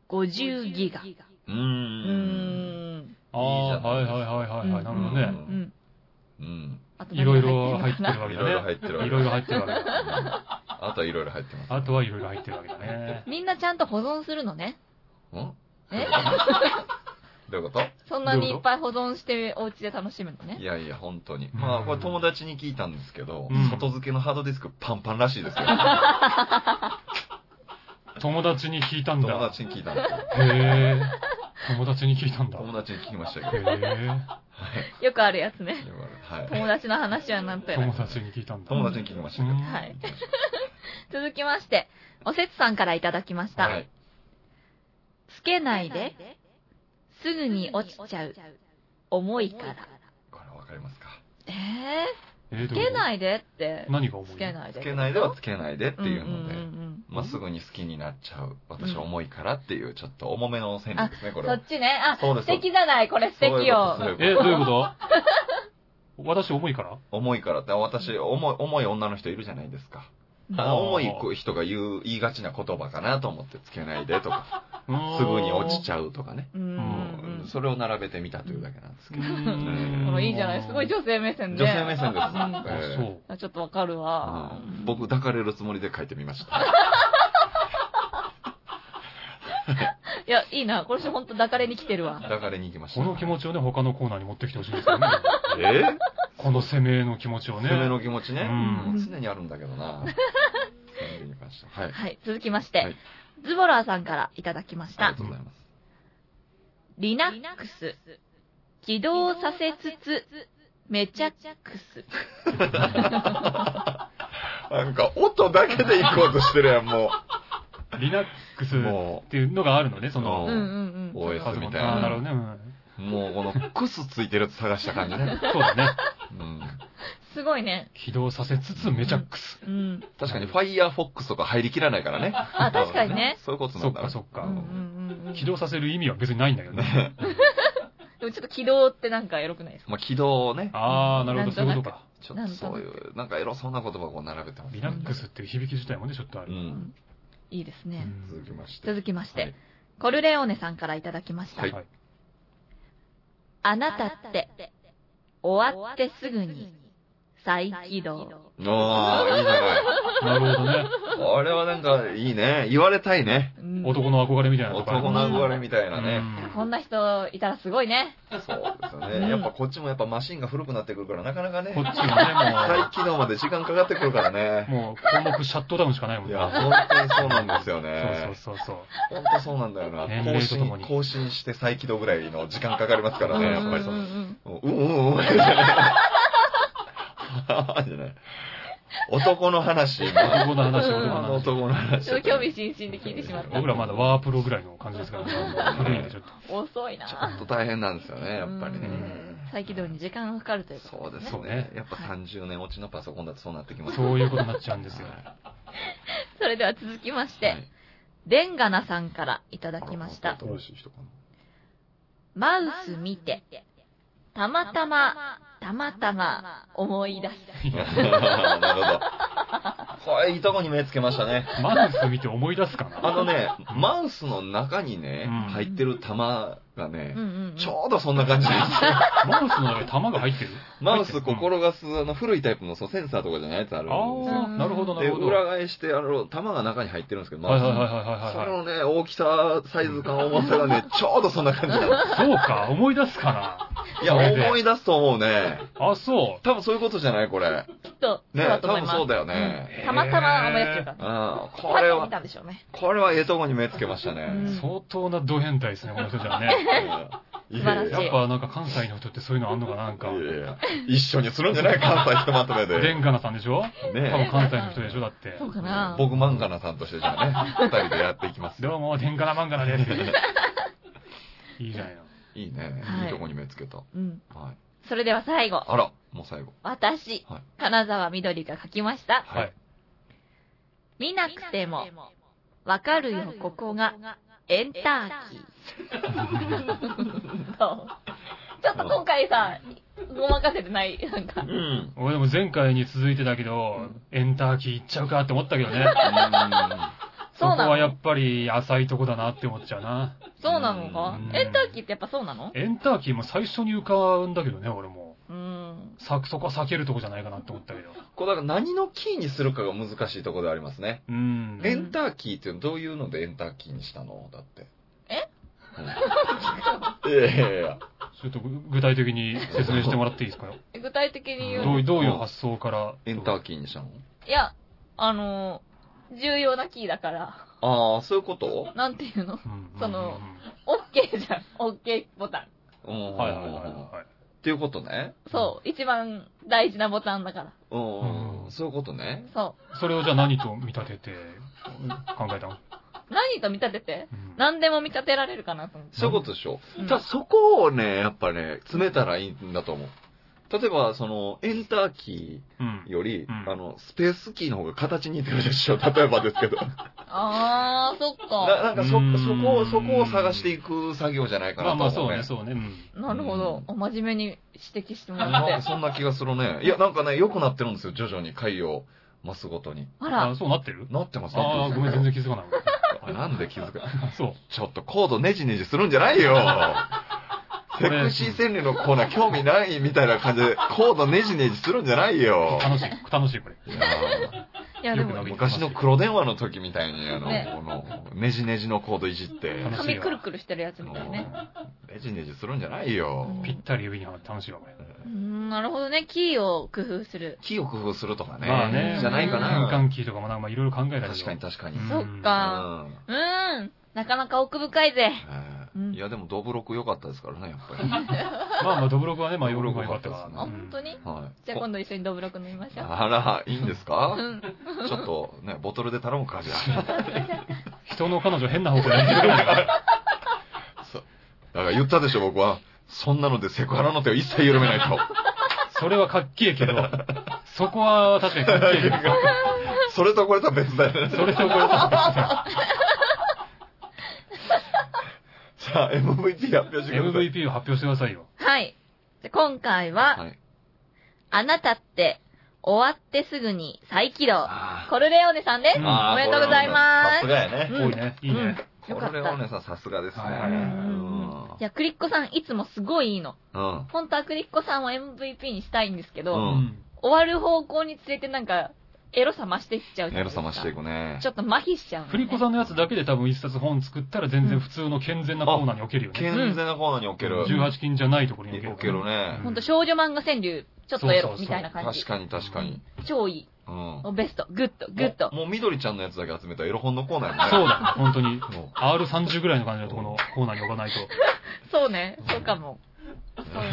[SPEAKER 4] 50ギガ。
[SPEAKER 2] う
[SPEAKER 4] う
[SPEAKER 2] ーん。
[SPEAKER 4] ーん。
[SPEAKER 1] ああ、はいはいはいはいはい。なるほど
[SPEAKER 4] う
[SPEAKER 1] ね。
[SPEAKER 4] ん。
[SPEAKER 2] うん。
[SPEAKER 4] あと
[SPEAKER 1] い
[SPEAKER 4] 何
[SPEAKER 1] ろい
[SPEAKER 4] が
[SPEAKER 1] ろ入って
[SPEAKER 4] かな
[SPEAKER 1] るわ
[SPEAKER 2] い
[SPEAKER 1] け
[SPEAKER 2] ろいろ
[SPEAKER 1] だ
[SPEAKER 2] 入
[SPEAKER 1] ね
[SPEAKER 2] っ。てるわけ
[SPEAKER 1] いろいろ入ってるわけだ。
[SPEAKER 2] あとはいろいろ入ってます。
[SPEAKER 1] あとはいろいろ入ってるわけだね。
[SPEAKER 4] みんなちゃんと保存するのね。
[SPEAKER 2] ん
[SPEAKER 4] え
[SPEAKER 2] どういうこと
[SPEAKER 4] そんなにいっぱい保存してお家で楽しむのね
[SPEAKER 2] い。やいや、本当に。
[SPEAKER 1] うん
[SPEAKER 2] まあ、これ友達に聞いたんですけど、
[SPEAKER 1] うん
[SPEAKER 2] 外付けのハードディスクパンパンらしいですよ。
[SPEAKER 1] 友達に聞いたん
[SPEAKER 2] 友
[SPEAKER 1] だ。
[SPEAKER 2] 達に聞いたんですよ。
[SPEAKER 1] へえ。友達に聞いたんだ。
[SPEAKER 2] 友達に聞きました
[SPEAKER 1] へ
[SPEAKER 2] けど。
[SPEAKER 1] え。
[SPEAKER 4] よくあるやつね。
[SPEAKER 2] はい。
[SPEAKER 4] 友達の話 はなんとやら
[SPEAKER 1] 友。達に聞いたんだ。
[SPEAKER 2] 友達に聞きましたけど。
[SPEAKER 4] はい。続きまして、おせつさんからいただきました。
[SPEAKER 2] はい。
[SPEAKER 4] つけな
[SPEAKER 3] ないい
[SPEAKER 4] で
[SPEAKER 3] で、
[SPEAKER 4] すぐ
[SPEAKER 3] すぐ
[SPEAKER 4] に
[SPEAKER 3] に
[SPEAKER 4] 落
[SPEAKER 3] 落
[SPEAKER 4] ち
[SPEAKER 3] ち
[SPEAKER 4] ち
[SPEAKER 3] ち
[SPEAKER 4] ゃ
[SPEAKER 3] ゃ
[SPEAKER 4] う
[SPEAKER 3] う。。
[SPEAKER 4] 重
[SPEAKER 3] 多
[SPEAKER 4] い
[SPEAKER 3] い
[SPEAKER 4] か
[SPEAKER 3] から
[SPEAKER 4] ら。。
[SPEAKER 2] これわかりますか
[SPEAKER 4] えー、
[SPEAKER 1] え
[SPEAKER 4] つけ
[SPEAKER 1] い。
[SPEAKER 4] ないでって。
[SPEAKER 1] 何が重い
[SPEAKER 4] つけないで。
[SPEAKER 2] つけないではつけないでっていうので。
[SPEAKER 4] んんん
[SPEAKER 2] まあ、すぐに好きになっちゃう。私は重いからっていう、ちょっと重めの線ですね、これ
[SPEAKER 4] そ
[SPEAKER 2] は
[SPEAKER 4] っ。ちね。あ、
[SPEAKER 2] そうです
[SPEAKER 4] 素敵じゃない。これ素敵よ。
[SPEAKER 2] そういうことそうい
[SPEAKER 1] え、
[SPEAKER 2] うこ
[SPEAKER 1] どういうこと私重いから
[SPEAKER 2] と重いからって、あ私、重い、重い女の人いるじゃないですか。
[SPEAKER 4] うん
[SPEAKER 2] あ重い人が言う、言いがちな言葉かなと思ってつけないでと か、 す
[SPEAKER 1] す
[SPEAKER 2] ぐに落ち
[SPEAKER 1] ゃ
[SPEAKER 2] ちゃうとかね。
[SPEAKER 4] うんうん
[SPEAKER 2] うんそれを並べてみたというだけなんですけど。
[SPEAKER 4] うん。こ
[SPEAKER 1] う
[SPEAKER 4] のいいじゃない。すごい女性目線で。
[SPEAKER 2] 女性目線です。
[SPEAKER 4] うん
[SPEAKER 1] あ
[SPEAKER 2] えー
[SPEAKER 1] そう。
[SPEAKER 4] あちょっとわかるわ。
[SPEAKER 2] うん僕、抱かれるつもりで書いてみました。
[SPEAKER 4] いや、いいな。これ本当抱かれに来てるわ。
[SPEAKER 2] 抱かれに行きました。
[SPEAKER 1] この気持ちをね、他のコーナーに持ってきてほしいですよね。
[SPEAKER 2] えー
[SPEAKER 1] この攻めの気持ちをね。
[SPEAKER 2] 攻めの気持ちね。
[SPEAKER 1] うん
[SPEAKER 2] もう常にあるんだけど な。攻めに行きましたはい。
[SPEAKER 4] はい。続きまして、
[SPEAKER 2] はい
[SPEAKER 4] ズボラーさんからいただきまし
[SPEAKER 2] あり
[SPEAKER 4] た
[SPEAKER 2] が。とうございます。
[SPEAKER 4] リナ
[SPEAKER 3] リナ
[SPEAKER 4] ッ
[SPEAKER 3] ッ
[SPEAKER 4] ク
[SPEAKER 3] ク
[SPEAKER 4] ス
[SPEAKER 3] ス。。
[SPEAKER 4] 起
[SPEAKER 3] 移
[SPEAKER 4] 動
[SPEAKER 3] 動
[SPEAKER 4] さ
[SPEAKER 3] さ
[SPEAKER 4] せ
[SPEAKER 3] せ
[SPEAKER 4] つ
[SPEAKER 3] つ
[SPEAKER 4] つ
[SPEAKER 3] つ、、
[SPEAKER 4] めち
[SPEAKER 3] ジャ
[SPEAKER 4] ゃ
[SPEAKER 3] ッ
[SPEAKER 4] く
[SPEAKER 3] クス。
[SPEAKER 2] なんか音だけで行こうとしてるやん、も
[SPEAKER 1] リラックス
[SPEAKER 2] う。
[SPEAKER 1] っ
[SPEAKER 2] も
[SPEAKER 1] ていうのがあるのね、その
[SPEAKER 2] う。
[SPEAKER 4] うんんうんうん。
[SPEAKER 1] 家
[SPEAKER 2] OS
[SPEAKER 1] 族の
[SPEAKER 2] みたい
[SPEAKER 1] あーなる
[SPEAKER 2] な。
[SPEAKER 1] ほどね。うん
[SPEAKER 2] もうこのクスついてるやつ探した感じね。
[SPEAKER 1] そうだね。
[SPEAKER 2] うん。
[SPEAKER 4] すごいね。
[SPEAKER 1] 起動させつつめちゃくす。
[SPEAKER 4] うん。
[SPEAKER 2] 確かに、ファイヤーフォックスとか入りきらないからね。
[SPEAKER 4] あ、確かにね。
[SPEAKER 2] そういうことな
[SPEAKER 1] そ
[SPEAKER 2] ん
[SPEAKER 1] っ
[SPEAKER 2] だ
[SPEAKER 1] か。そっ
[SPEAKER 4] う
[SPEAKER 1] か
[SPEAKER 4] んう。んうんうん。
[SPEAKER 1] 起動させる意味は別にないんだけどね。
[SPEAKER 4] でもちょっと軌道ってなんかエロくないですか
[SPEAKER 2] まあ、軌道をね。
[SPEAKER 1] あー、なるほど、そういうことか。
[SPEAKER 2] ちょっとそういう、なんかエロそうな言葉をこう並べてます。
[SPEAKER 1] リラックスっていう響き自体もね、ちょっとあ
[SPEAKER 2] う
[SPEAKER 1] る。
[SPEAKER 2] ん。
[SPEAKER 4] いいです
[SPEAKER 1] う
[SPEAKER 4] ね。
[SPEAKER 1] ん
[SPEAKER 2] 続きまして。
[SPEAKER 4] 続きまして、
[SPEAKER 2] はい
[SPEAKER 4] コルレオーネさんからいただきました。
[SPEAKER 2] はい
[SPEAKER 1] はい
[SPEAKER 4] あ
[SPEAKER 3] あ
[SPEAKER 4] な
[SPEAKER 3] な
[SPEAKER 4] た
[SPEAKER 3] た
[SPEAKER 4] っ
[SPEAKER 3] ってて、
[SPEAKER 4] 終
[SPEAKER 3] 終
[SPEAKER 4] わ
[SPEAKER 3] わ
[SPEAKER 4] っ
[SPEAKER 3] ってて
[SPEAKER 4] す
[SPEAKER 3] す
[SPEAKER 4] ぐ
[SPEAKER 3] ぐ
[SPEAKER 4] に
[SPEAKER 3] に
[SPEAKER 4] 再
[SPEAKER 3] 再
[SPEAKER 4] 起
[SPEAKER 3] 起動
[SPEAKER 4] 動。。
[SPEAKER 2] ああ、いいじゃない。
[SPEAKER 1] なるほどね。
[SPEAKER 2] あれはなんかいいね。言われたいね。
[SPEAKER 4] うん
[SPEAKER 1] 男の憧れみたいなとこ
[SPEAKER 2] 男の憧れみたいなね。
[SPEAKER 4] こんな人いたらすごいね。
[SPEAKER 2] そうですよね。やっぱこっちもやっぱマシンが古くなってくるから、なかなかね
[SPEAKER 1] こ、っちはね、
[SPEAKER 2] 再起動まで時間かかってくるからね。
[SPEAKER 1] もう、もう項目シャットダウンしかないもん
[SPEAKER 2] い
[SPEAKER 1] ね。
[SPEAKER 2] や、本当にそうなんですよ
[SPEAKER 1] そう
[SPEAKER 2] ね。
[SPEAKER 1] そうそうそう。
[SPEAKER 2] 本当そうなんだよな。
[SPEAKER 1] 年
[SPEAKER 2] 更
[SPEAKER 1] 齢ととも
[SPEAKER 2] 新、
[SPEAKER 1] に
[SPEAKER 2] 更新して再起動ぐらいの時間かかりますからね、やっぱりそ
[SPEAKER 4] うんう
[SPEAKER 2] の
[SPEAKER 4] んうん
[SPEAKER 2] う んうんうん。じゃない。男の話、今
[SPEAKER 1] 男の話、男の
[SPEAKER 2] あの
[SPEAKER 1] 話。
[SPEAKER 2] 男の話。
[SPEAKER 4] ちょっと興味津々で聞いてしまった
[SPEAKER 1] 僕。らまだワープロぐらいの感じですからね。古いんでちょっと。
[SPEAKER 4] 遅い
[SPEAKER 2] ち
[SPEAKER 4] な。
[SPEAKER 2] ょっと大変なんですよね、やっぱりね
[SPEAKER 4] う。ん再起動に時間がかかるという
[SPEAKER 2] そ
[SPEAKER 4] こ
[SPEAKER 2] う
[SPEAKER 4] と
[SPEAKER 2] で
[SPEAKER 4] ですすね。
[SPEAKER 1] そう
[SPEAKER 2] ね
[SPEAKER 1] ね。
[SPEAKER 2] やっぱ30年落ちのパソコンだとそうなってきます
[SPEAKER 1] そういうことになっちゃうんですよ。
[SPEAKER 4] それでは続きまし
[SPEAKER 2] は
[SPEAKER 4] て
[SPEAKER 2] い、
[SPEAKER 4] デンガナさんからいただきました。
[SPEAKER 2] 新しい人かな
[SPEAKER 4] マウ
[SPEAKER 3] マウ
[SPEAKER 4] ス
[SPEAKER 3] ス
[SPEAKER 4] 見
[SPEAKER 3] 見
[SPEAKER 4] て
[SPEAKER 3] て、、
[SPEAKER 4] たま
[SPEAKER 3] たま
[SPEAKER 4] た
[SPEAKER 3] た
[SPEAKER 4] ま、
[SPEAKER 3] ま、
[SPEAKER 4] た
[SPEAKER 3] た
[SPEAKER 4] ま
[SPEAKER 3] ま
[SPEAKER 4] た
[SPEAKER 3] た
[SPEAKER 4] ま
[SPEAKER 3] ま、
[SPEAKER 4] 思
[SPEAKER 3] 思
[SPEAKER 4] い
[SPEAKER 3] い
[SPEAKER 4] 出
[SPEAKER 3] 出
[SPEAKER 4] し
[SPEAKER 3] したた。
[SPEAKER 2] なるほど。これ、いいとこに目つけましたね。
[SPEAKER 1] マウス見て思い出すか
[SPEAKER 2] あ
[SPEAKER 1] な
[SPEAKER 2] のね、マウスの中にね
[SPEAKER 1] うん、
[SPEAKER 2] 入ってる玉がね
[SPEAKER 4] うん、うんうん
[SPEAKER 2] ちょうどそんな 感じですよ。
[SPEAKER 1] マウスの中に玉が入ってる
[SPEAKER 2] マウス
[SPEAKER 1] 入ってる
[SPEAKER 2] 心がす、あの、古いタイプのそうセンサーとかじゃないやつあるん
[SPEAKER 1] うん
[SPEAKER 2] ですよ
[SPEAKER 1] ああ、なるほど、な
[SPEAKER 2] で、
[SPEAKER 1] るほど。
[SPEAKER 2] 裏返して、あの、玉が中に入ってるんですけど、マ
[SPEAKER 1] は
[SPEAKER 2] ウ
[SPEAKER 1] い
[SPEAKER 2] ス
[SPEAKER 1] はい
[SPEAKER 2] の
[SPEAKER 1] はいはい
[SPEAKER 2] そ
[SPEAKER 1] はい
[SPEAKER 2] れ
[SPEAKER 1] はい。
[SPEAKER 2] のね、大きさ、サイズ感、重さがね、ちょうどそんな感じなんで
[SPEAKER 1] そうか、思い出すか
[SPEAKER 2] す。いや、思い出すと思う ね。
[SPEAKER 1] な。あ、そう。
[SPEAKER 2] 多分そういうことじゃないこれ。
[SPEAKER 4] きっと、そう
[SPEAKER 2] ね
[SPEAKER 4] だ、と
[SPEAKER 2] 多
[SPEAKER 4] 思い
[SPEAKER 2] 分
[SPEAKER 4] ます。
[SPEAKER 2] そうだよね。
[SPEAKER 4] たまたま思い出してるからね。
[SPEAKER 2] うん、こ
[SPEAKER 4] パ
[SPEAKER 2] れ
[SPEAKER 4] ッと見
[SPEAKER 2] は、
[SPEAKER 4] たんでしょうね。
[SPEAKER 2] これはええとこに目つけました ね。
[SPEAKER 1] 相当なド変態ですね、この人じゃね。
[SPEAKER 2] うん
[SPEAKER 4] 素晴らしい
[SPEAKER 1] やっぱなんか関西の人ってそういうのあんのかななんか。
[SPEAKER 2] いやいや一緒にするんじゃない関西ひとまとめ
[SPEAKER 1] レ
[SPEAKER 2] で。
[SPEAKER 1] ンガナさんでしょ多分
[SPEAKER 2] ね
[SPEAKER 1] 関西の人でしょだって。
[SPEAKER 4] そうかな。
[SPEAKER 2] 僕漫画なさんとしてじゃあね、二人でやっていきます。
[SPEAKER 1] どうも、レンガナ漫画ナです。いいじゃないの。
[SPEAKER 2] いいね
[SPEAKER 4] は。い
[SPEAKER 2] いいとこに目つけた。
[SPEAKER 4] うん。
[SPEAKER 2] はい。
[SPEAKER 4] それでは最後、
[SPEAKER 2] あら、もう最後。
[SPEAKER 4] 私
[SPEAKER 2] はい、
[SPEAKER 4] 金沢みどりが書きました。
[SPEAKER 1] はい。
[SPEAKER 4] 見な
[SPEAKER 3] な
[SPEAKER 4] く
[SPEAKER 3] く
[SPEAKER 4] て
[SPEAKER 3] て
[SPEAKER 4] も
[SPEAKER 3] も、、
[SPEAKER 4] わか
[SPEAKER 3] あ
[SPEAKER 4] る
[SPEAKER 3] る
[SPEAKER 4] よ
[SPEAKER 3] よ、
[SPEAKER 4] ここ
[SPEAKER 3] ここ
[SPEAKER 4] が
[SPEAKER 3] が、、
[SPEAKER 4] エン
[SPEAKER 3] エン
[SPEAKER 4] タ
[SPEAKER 3] タ
[SPEAKER 4] ー
[SPEAKER 3] ー
[SPEAKER 4] キ
[SPEAKER 3] キ
[SPEAKER 4] ー
[SPEAKER 3] ー。。
[SPEAKER 4] そうちょっと今回さ、ごまかせてない、なんか
[SPEAKER 2] う。ん。うん
[SPEAKER 1] 俺でも前回に続いてたけど、エンターキー行っちゃうかって思ったけどね。そ
[SPEAKER 4] そう
[SPEAKER 1] こ
[SPEAKER 4] な
[SPEAKER 1] はや
[SPEAKER 4] の
[SPEAKER 1] っぱり浅いとこだなって思っちゃうな。
[SPEAKER 4] そうなのか
[SPEAKER 1] うん
[SPEAKER 4] エンターキーってやっぱそうなの
[SPEAKER 1] エンターキーも最初に浮かんだけどね、俺も。
[SPEAKER 4] うん。
[SPEAKER 1] さそこは避けるとこじゃないかなって思ったけど。
[SPEAKER 2] これだから何のキーにするかが難しいところでありますね。
[SPEAKER 1] うん。
[SPEAKER 2] エンターキーってどういうのでエンターキーにしたのだって。
[SPEAKER 4] え
[SPEAKER 2] うんいやいやいや。
[SPEAKER 1] ちょっと具具体的に説明してもらっていいですか
[SPEAKER 4] 具体的に言う
[SPEAKER 1] どう
[SPEAKER 4] と
[SPEAKER 1] いどういう発想から。
[SPEAKER 2] エンターキーにしたの
[SPEAKER 4] いや、あの、重要なキーだから、
[SPEAKER 2] ああ、そういうこと
[SPEAKER 4] なんていうの
[SPEAKER 1] うんうんうんうん
[SPEAKER 4] そのオッケーじゃん。オッケーボタン。
[SPEAKER 2] うん
[SPEAKER 1] はいはいはいはい。
[SPEAKER 2] っていうことね。
[SPEAKER 4] そう。一番大事なボタンだから。
[SPEAKER 2] うん
[SPEAKER 1] う。ん
[SPEAKER 2] そういうことね。
[SPEAKER 4] そ
[SPEAKER 1] それをじゃあ何と見立てて考えたの、
[SPEAKER 4] う。何と見立てて
[SPEAKER 1] うん
[SPEAKER 4] 何でも見立てられるかなと思って。
[SPEAKER 2] そういうことでしょ。
[SPEAKER 4] うん
[SPEAKER 2] ただそこをね、やっぱね、詰めたらいいんだと思う。例えば、その、エンターキ
[SPEAKER 1] うん
[SPEAKER 2] ーより、
[SPEAKER 1] うん
[SPEAKER 2] あの、スペースキーの方が形似てるでしょ。例えばですけど。
[SPEAKER 4] あー、そっか。
[SPEAKER 2] ななんかそ、
[SPEAKER 1] うーん
[SPEAKER 2] そこを、そこを探していく作業じゃないか
[SPEAKER 1] ま
[SPEAKER 2] な
[SPEAKER 1] あま
[SPEAKER 2] と思う、
[SPEAKER 1] あそうね、そうね。うん。
[SPEAKER 4] なるほど。
[SPEAKER 2] う
[SPEAKER 4] お真面目に指摘してもら
[SPEAKER 2] な
[SPEAKER 4] っ
[SPEAKER 2] ん
[SPEAKER 4] て
[SPEAKER 2] か。そんな気がするね。いや、なんかね、良くなってるんですよ、徐々に回を増すごとに。
[SPEAKER 4] あら
[SPEAKER 1] あ、そうなってる
[SPEAKER 2] なってます、
[SPEAKER 1] ああ、ごめん、全然気づかなかっ
[SPEAKER 2] 然。なんで気づか
[SPEAKER 1] た。 そう。
[SPEAKER 2] ちょっとコードネジネジするんじゃないよ。
[SPEAKER 1] こ
[SPEAKER 2] セ
[SPEAKER 1] れ
[SPEAKER 2] クシー川柳のコーナー興味ないみたいな感じで、コードネジネジするんじゃないよ。
[SPEAKER 1] 楽しい、楽しい、これ。
[SPEAKER 2] いや
[SPEAKER 4] いや、で
[SPEAKER 1] よく
[SPEAKER 4] も
[SPEAKER 1] 伸
[SPEAKER 2] ー
[SPEAKER 1] び、
[SPEAKER 2] 昔の黒電話の時みたいに、あの、
[SPEAKER 4] ね
[SPEAKER 2] この、ネジネジのコードいじって、
[SPEAKER 1] 楽しい
[SPEAKER 4] 髪くるくるしてるやつ
[SPEAKER 2] あ
[SPEAKER 4] み
[SPEAKER 2] の
[SPEAKER 4] たいね。
[SPEAKER 2] ネジネジするんじゃないよ。
[SPEAKER 1] ぴったり指にはまって楽しいわ、これ。
[SPEAKER 4] うーん、なるほどね。キーを工夫する。
[SPEAKER 2] 木を工夫するとかね。
[SPEAKER 1] まあね、
[SPEAKER 2] じゃないかな。
[SPEAKER 1] 変換キーとかもなんかまあいろいろ考えたけど。
[SPEAKER 2] 確かに確かに。
[SPEAKER 1] う
[SPEAKER 2] うんん
[SPEAKER 4] そっか。うーん。なかなか奥深いぜ。
[SPEAKER 2] え
[SPEAKER 4] うん
[SPEAKER 2] ーいや、でも、ドブロク良かったですからね、やっ ぱり。
[SPEAKER 1] まあまあ、ドブロクはね、まあ、よく頑張った
[SPEAKER 2] ド
[SPEAKER 1] か
[SPEAKER 2] ブ
[SPEAKER 4] あ、
[SPEAKER 1] ら。
[SPEAKER 2] ロ
[SPEAKER 4] 本当に
[SPEAKER 2] はい。
[SPEAKER 4] じゃあ今度一緒にドブロク飲みましょう。
[SPEAKER 2] あら、いいんですか
[SPEAKER 4] うん。
[SPEAKER 2] ちょっとね、ボトルで頼むか、じゃ
[SPEAKER 1] 人の彼女変な方向に行ってくるから。
[SPEAKER 2] あ。そうだから言った でしょ、僕は。そんなのでセクハラの手を一切緩めないと。
[SPEAKER 1] それはかっけえけど、そこは確かに関係ない
[SPEAKER 2] それとこれとは別だよね。
[SPEAKER 1] それとこれとは
[SPEAKER 2] さあ、MVP 発表し
[SPEAKER 1] 別
[SPEAKER 2] てく
[SPEAKER 1] だ
[SPEAKER 2] ださい。
[SPEAKER 1] MVP を発表してくださいよ。
[SPEAKER 4] はい。で今回は、
[SPEAKER 2] はい。
[SPEAKER 4] あなたって、終わってすぐに再起動。
[SPEAKER 2] あ
[SPEAKER 4] コルレオーネさんです。
[SPEAKER 1] うん
[SPEAKER 2] あー
[SPEAKER 4] おめでとうございます
[SPEAKER 2] これはねさすがやね。
[SPEAKER 4] う
[SPEAKER 1] 多
[SPEAKER 4] ん
[SPEAKER 1] いね。いいね。
[SPEAKER 4] よ
[SPEAKER 2] こ
[SPEAKER 4] かった
[SPEAKER 2] れはねさ、さすがですね。
[SPEAKER 1] はい
[SPEAKER 2] うん
[SPEAKER 4] いや、クリッコさんいつもすごいいいの。
[SPEAKER 2] うん。
[SPEAKER 4] 本当はクリッコさんを MVP にしたいんですけど、
[SPEAKER 2] うん
[SPEAKER 4] 終わる方向につれてなんか、エロさ増していっちゃう
[SPEAKER 2] エロさましていくね
[SPEAKER 4] ち。ょっと麻痺しちゃう、ね。
[SPEAKER 1] フリコさんのやつだけで多分一冊本作ったら全然普通の健全なコーナーに置けるよね。
[SPEAKER 2] 健全なコーナーにおける。
[SPEAKER 1] 18禁じゃないところに置ける。
[SPEAKER 2] おけるね。
[SPEAKER 4] ほんと少女漫画川柳、ちょっとエ
[SPEAKER 1] そうそうそ
[SPEAKER 4] ロ
[SPEAKER 1] う
[SPEAKER 4] みたいな感じ。
[SPEAKER 2] 確かに確かに。
[SPEAKER 4] 超いい。
[SPEAKER 2] うん。
[SPEAKER 4] もうベスト。グッド、グッド。
[SPEAKER 2] もう、もう緑ちゃんのやつだけ集めたエロ本のコーナーやね。
[SPEAKER 1] そうだね、本当に。
[SPEAKER 2] も
[SPEAKER 1] R30 ぐらいの感じのところのコーナーに置かないと。
[SPEAKER 4] そうね。そうかも。
[SPEAKER 2] う
[SPEAKER 4] そうもう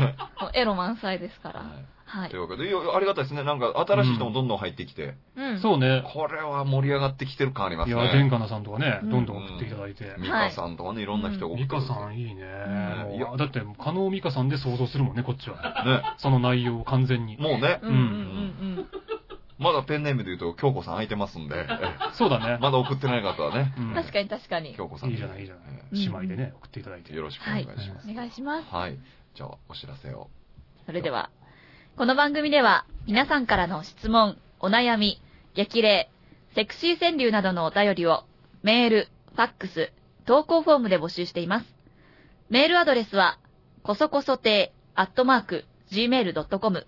[SPEAKER 4] エロ満載ですから。
[SPEAKER 2] は
[SPEAKER 4] はいい
[SPEAKER 2] とい。うわけで、いやありがたいですね。なんか、新しい人もどんどん入ってきて、
[SPEAKER 4] うん。
[SPEAKER 1] そうね。
[SPEAKER 2] これは盛り上がってきてる感ありま
[SPEAKER 1] い
[SPEAKER 2] す
[SPEAKER 1] や、デン
[SPEAKER 2] ね。
[SPEAKER 1] カナさんとかね、
[SPEAKER 4] うん
[SPEAKER 1] どんどん送っていただいて。
[SPEAKER 2] ミカさんとかね、いろんな人が送っ
[SPEAKER 1] ミ
[SPEAKER 2] てく
[SPEAKER 1] カ
[SPEAKER 2] る
[SPEAKER 1] さんいいね。
[SPEAKER 2] うん
[SPEAKER 1] もうだって、加納ミカさんで想像するもんね、こっちは。
[SPEAKER 2] ね。
[SPEAKER 1] その内容を完全に。
[SPEAKER 2] もうね
[SPEAKER 4] う、んうんうん
[SPEAKER 2] まだペンネームで言うと、京子さん空いてますんで、
[SPEAKER 1] そうだね。
[SPEAKER 2] まだ送ってない方はね、
[SPEAKER 1] う
[SPEAKER 4] うんん。確かに確かに。
[SPEAKER 2] 京子さん。
[SPEAKER 1] いいじゃないいいじゃない
[SPEAKER 2] え
[SPEAKER 4] うん
[SPEAKER 1] 姉妹でね、送っていただい
[SPEAKER 2] え
[SPEAKER 1] て。
[SPEAKER 2] よろしくお願いします。
[SPEAKER 4] お願いします。
[SPEAKER 2] はい。じゃあ、お知らせを。
[SPEAKER 3] それでは、この番組では皆さんからの質問、お悩み、激励、セクシー川柳などのお便りをメール、ファックス、投稿フォームで募集しています。メールアドレスは、こそこそてアットマーク、gmail.com、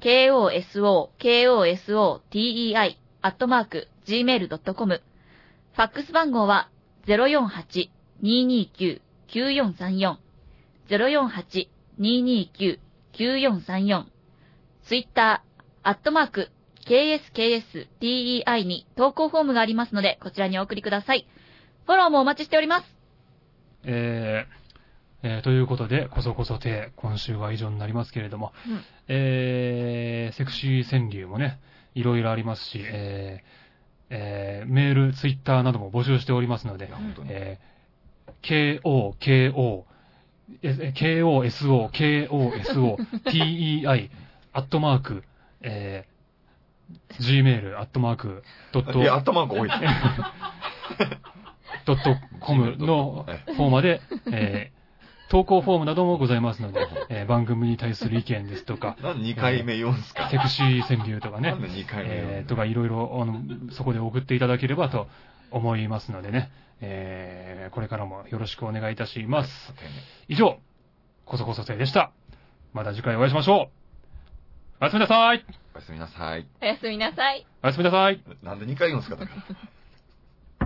[SPEAKER 3] koso, koso, tei, アットマーク、gmail.com、ファックス番号は、048-229-9434、048-229-9434、9434ツイッター、アットマーク、KSKSTEI に投稿フォームがありますので、こちらにお送りください。フォローもお待ちしております。
[SPEAKER 1] えーえーということで、こそこそて、今週は以上になりますけれども、
[SPEAKER 4] うん
[SPEAKER 1] えーセクシー川柳もね、いろいろありますし、えーえーメール、ツイッターなども募集しておりますの
[SPEAKER 2] い
[SPEAKER 1] で
[SPEAKER 2] や、、本当に。
[SPEAKER 1] えー KO、KO、え KOSO、KOSO、TEI、アットマーク、えー gmail、アットマーク、ドット
[SPEAKER 2] い、や、頭が多い。
[SPEAKER 1] ドットコムのフォーまで、えー投稿フォームなどもございますので、えー番組に対する意見ですとか、
[SPEAKER 2] なんで2回目言うんす か
[SPEAKER 1] セクシー川柳とか
[SPEAKER 2] な
[SPEAKER 1] ね
[SPEAKER 2] ん、で2回目言うん
[SPEAKER 1] えーとかいろいろ、あの、そこで送っていただければと思いますのでね、えーこれからもよろしくお願いいたします。以上、こそこそ生でした。また次回お会いしましょう。おやすみなさい。
[SPEAKER 2] おやすみなさい。
[SPEAKER 4] おやすみなさい。
[SPEAKER 1] おやすみなさい。
[SPEAKER 2] なんで2回言うんすかだから。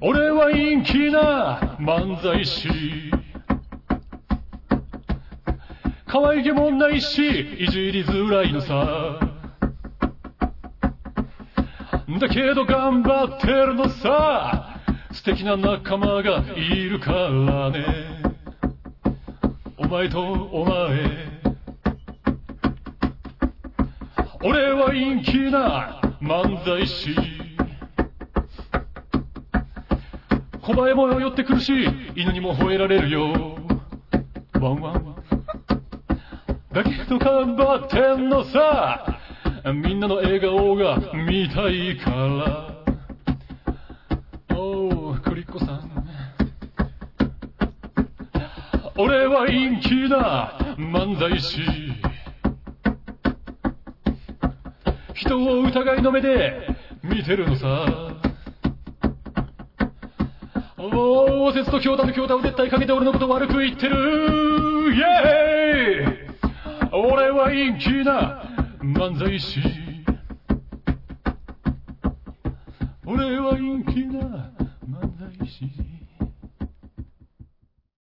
[SPEAKER 1] 俺は陰気な漫才師可愛げもないしいじりづらいのさだけど頑張ってるのさ素敵な仲間がいるからねお前とお前俺は陰気な漫才師小林も寄ってくるし、犬にも吠えられるよ。ワンワンワン。だけど頑張ってんのさ。みんなの笑顔が見たいから。おう、クリッコさん。俺は陰気な漫才師。人を疑いの目で見てるのさ。おー、節と京太と京太を絶対かけて俺のこと悪く言ってるイエーイ俺は陰気な漫才師俺は陰気な漫才師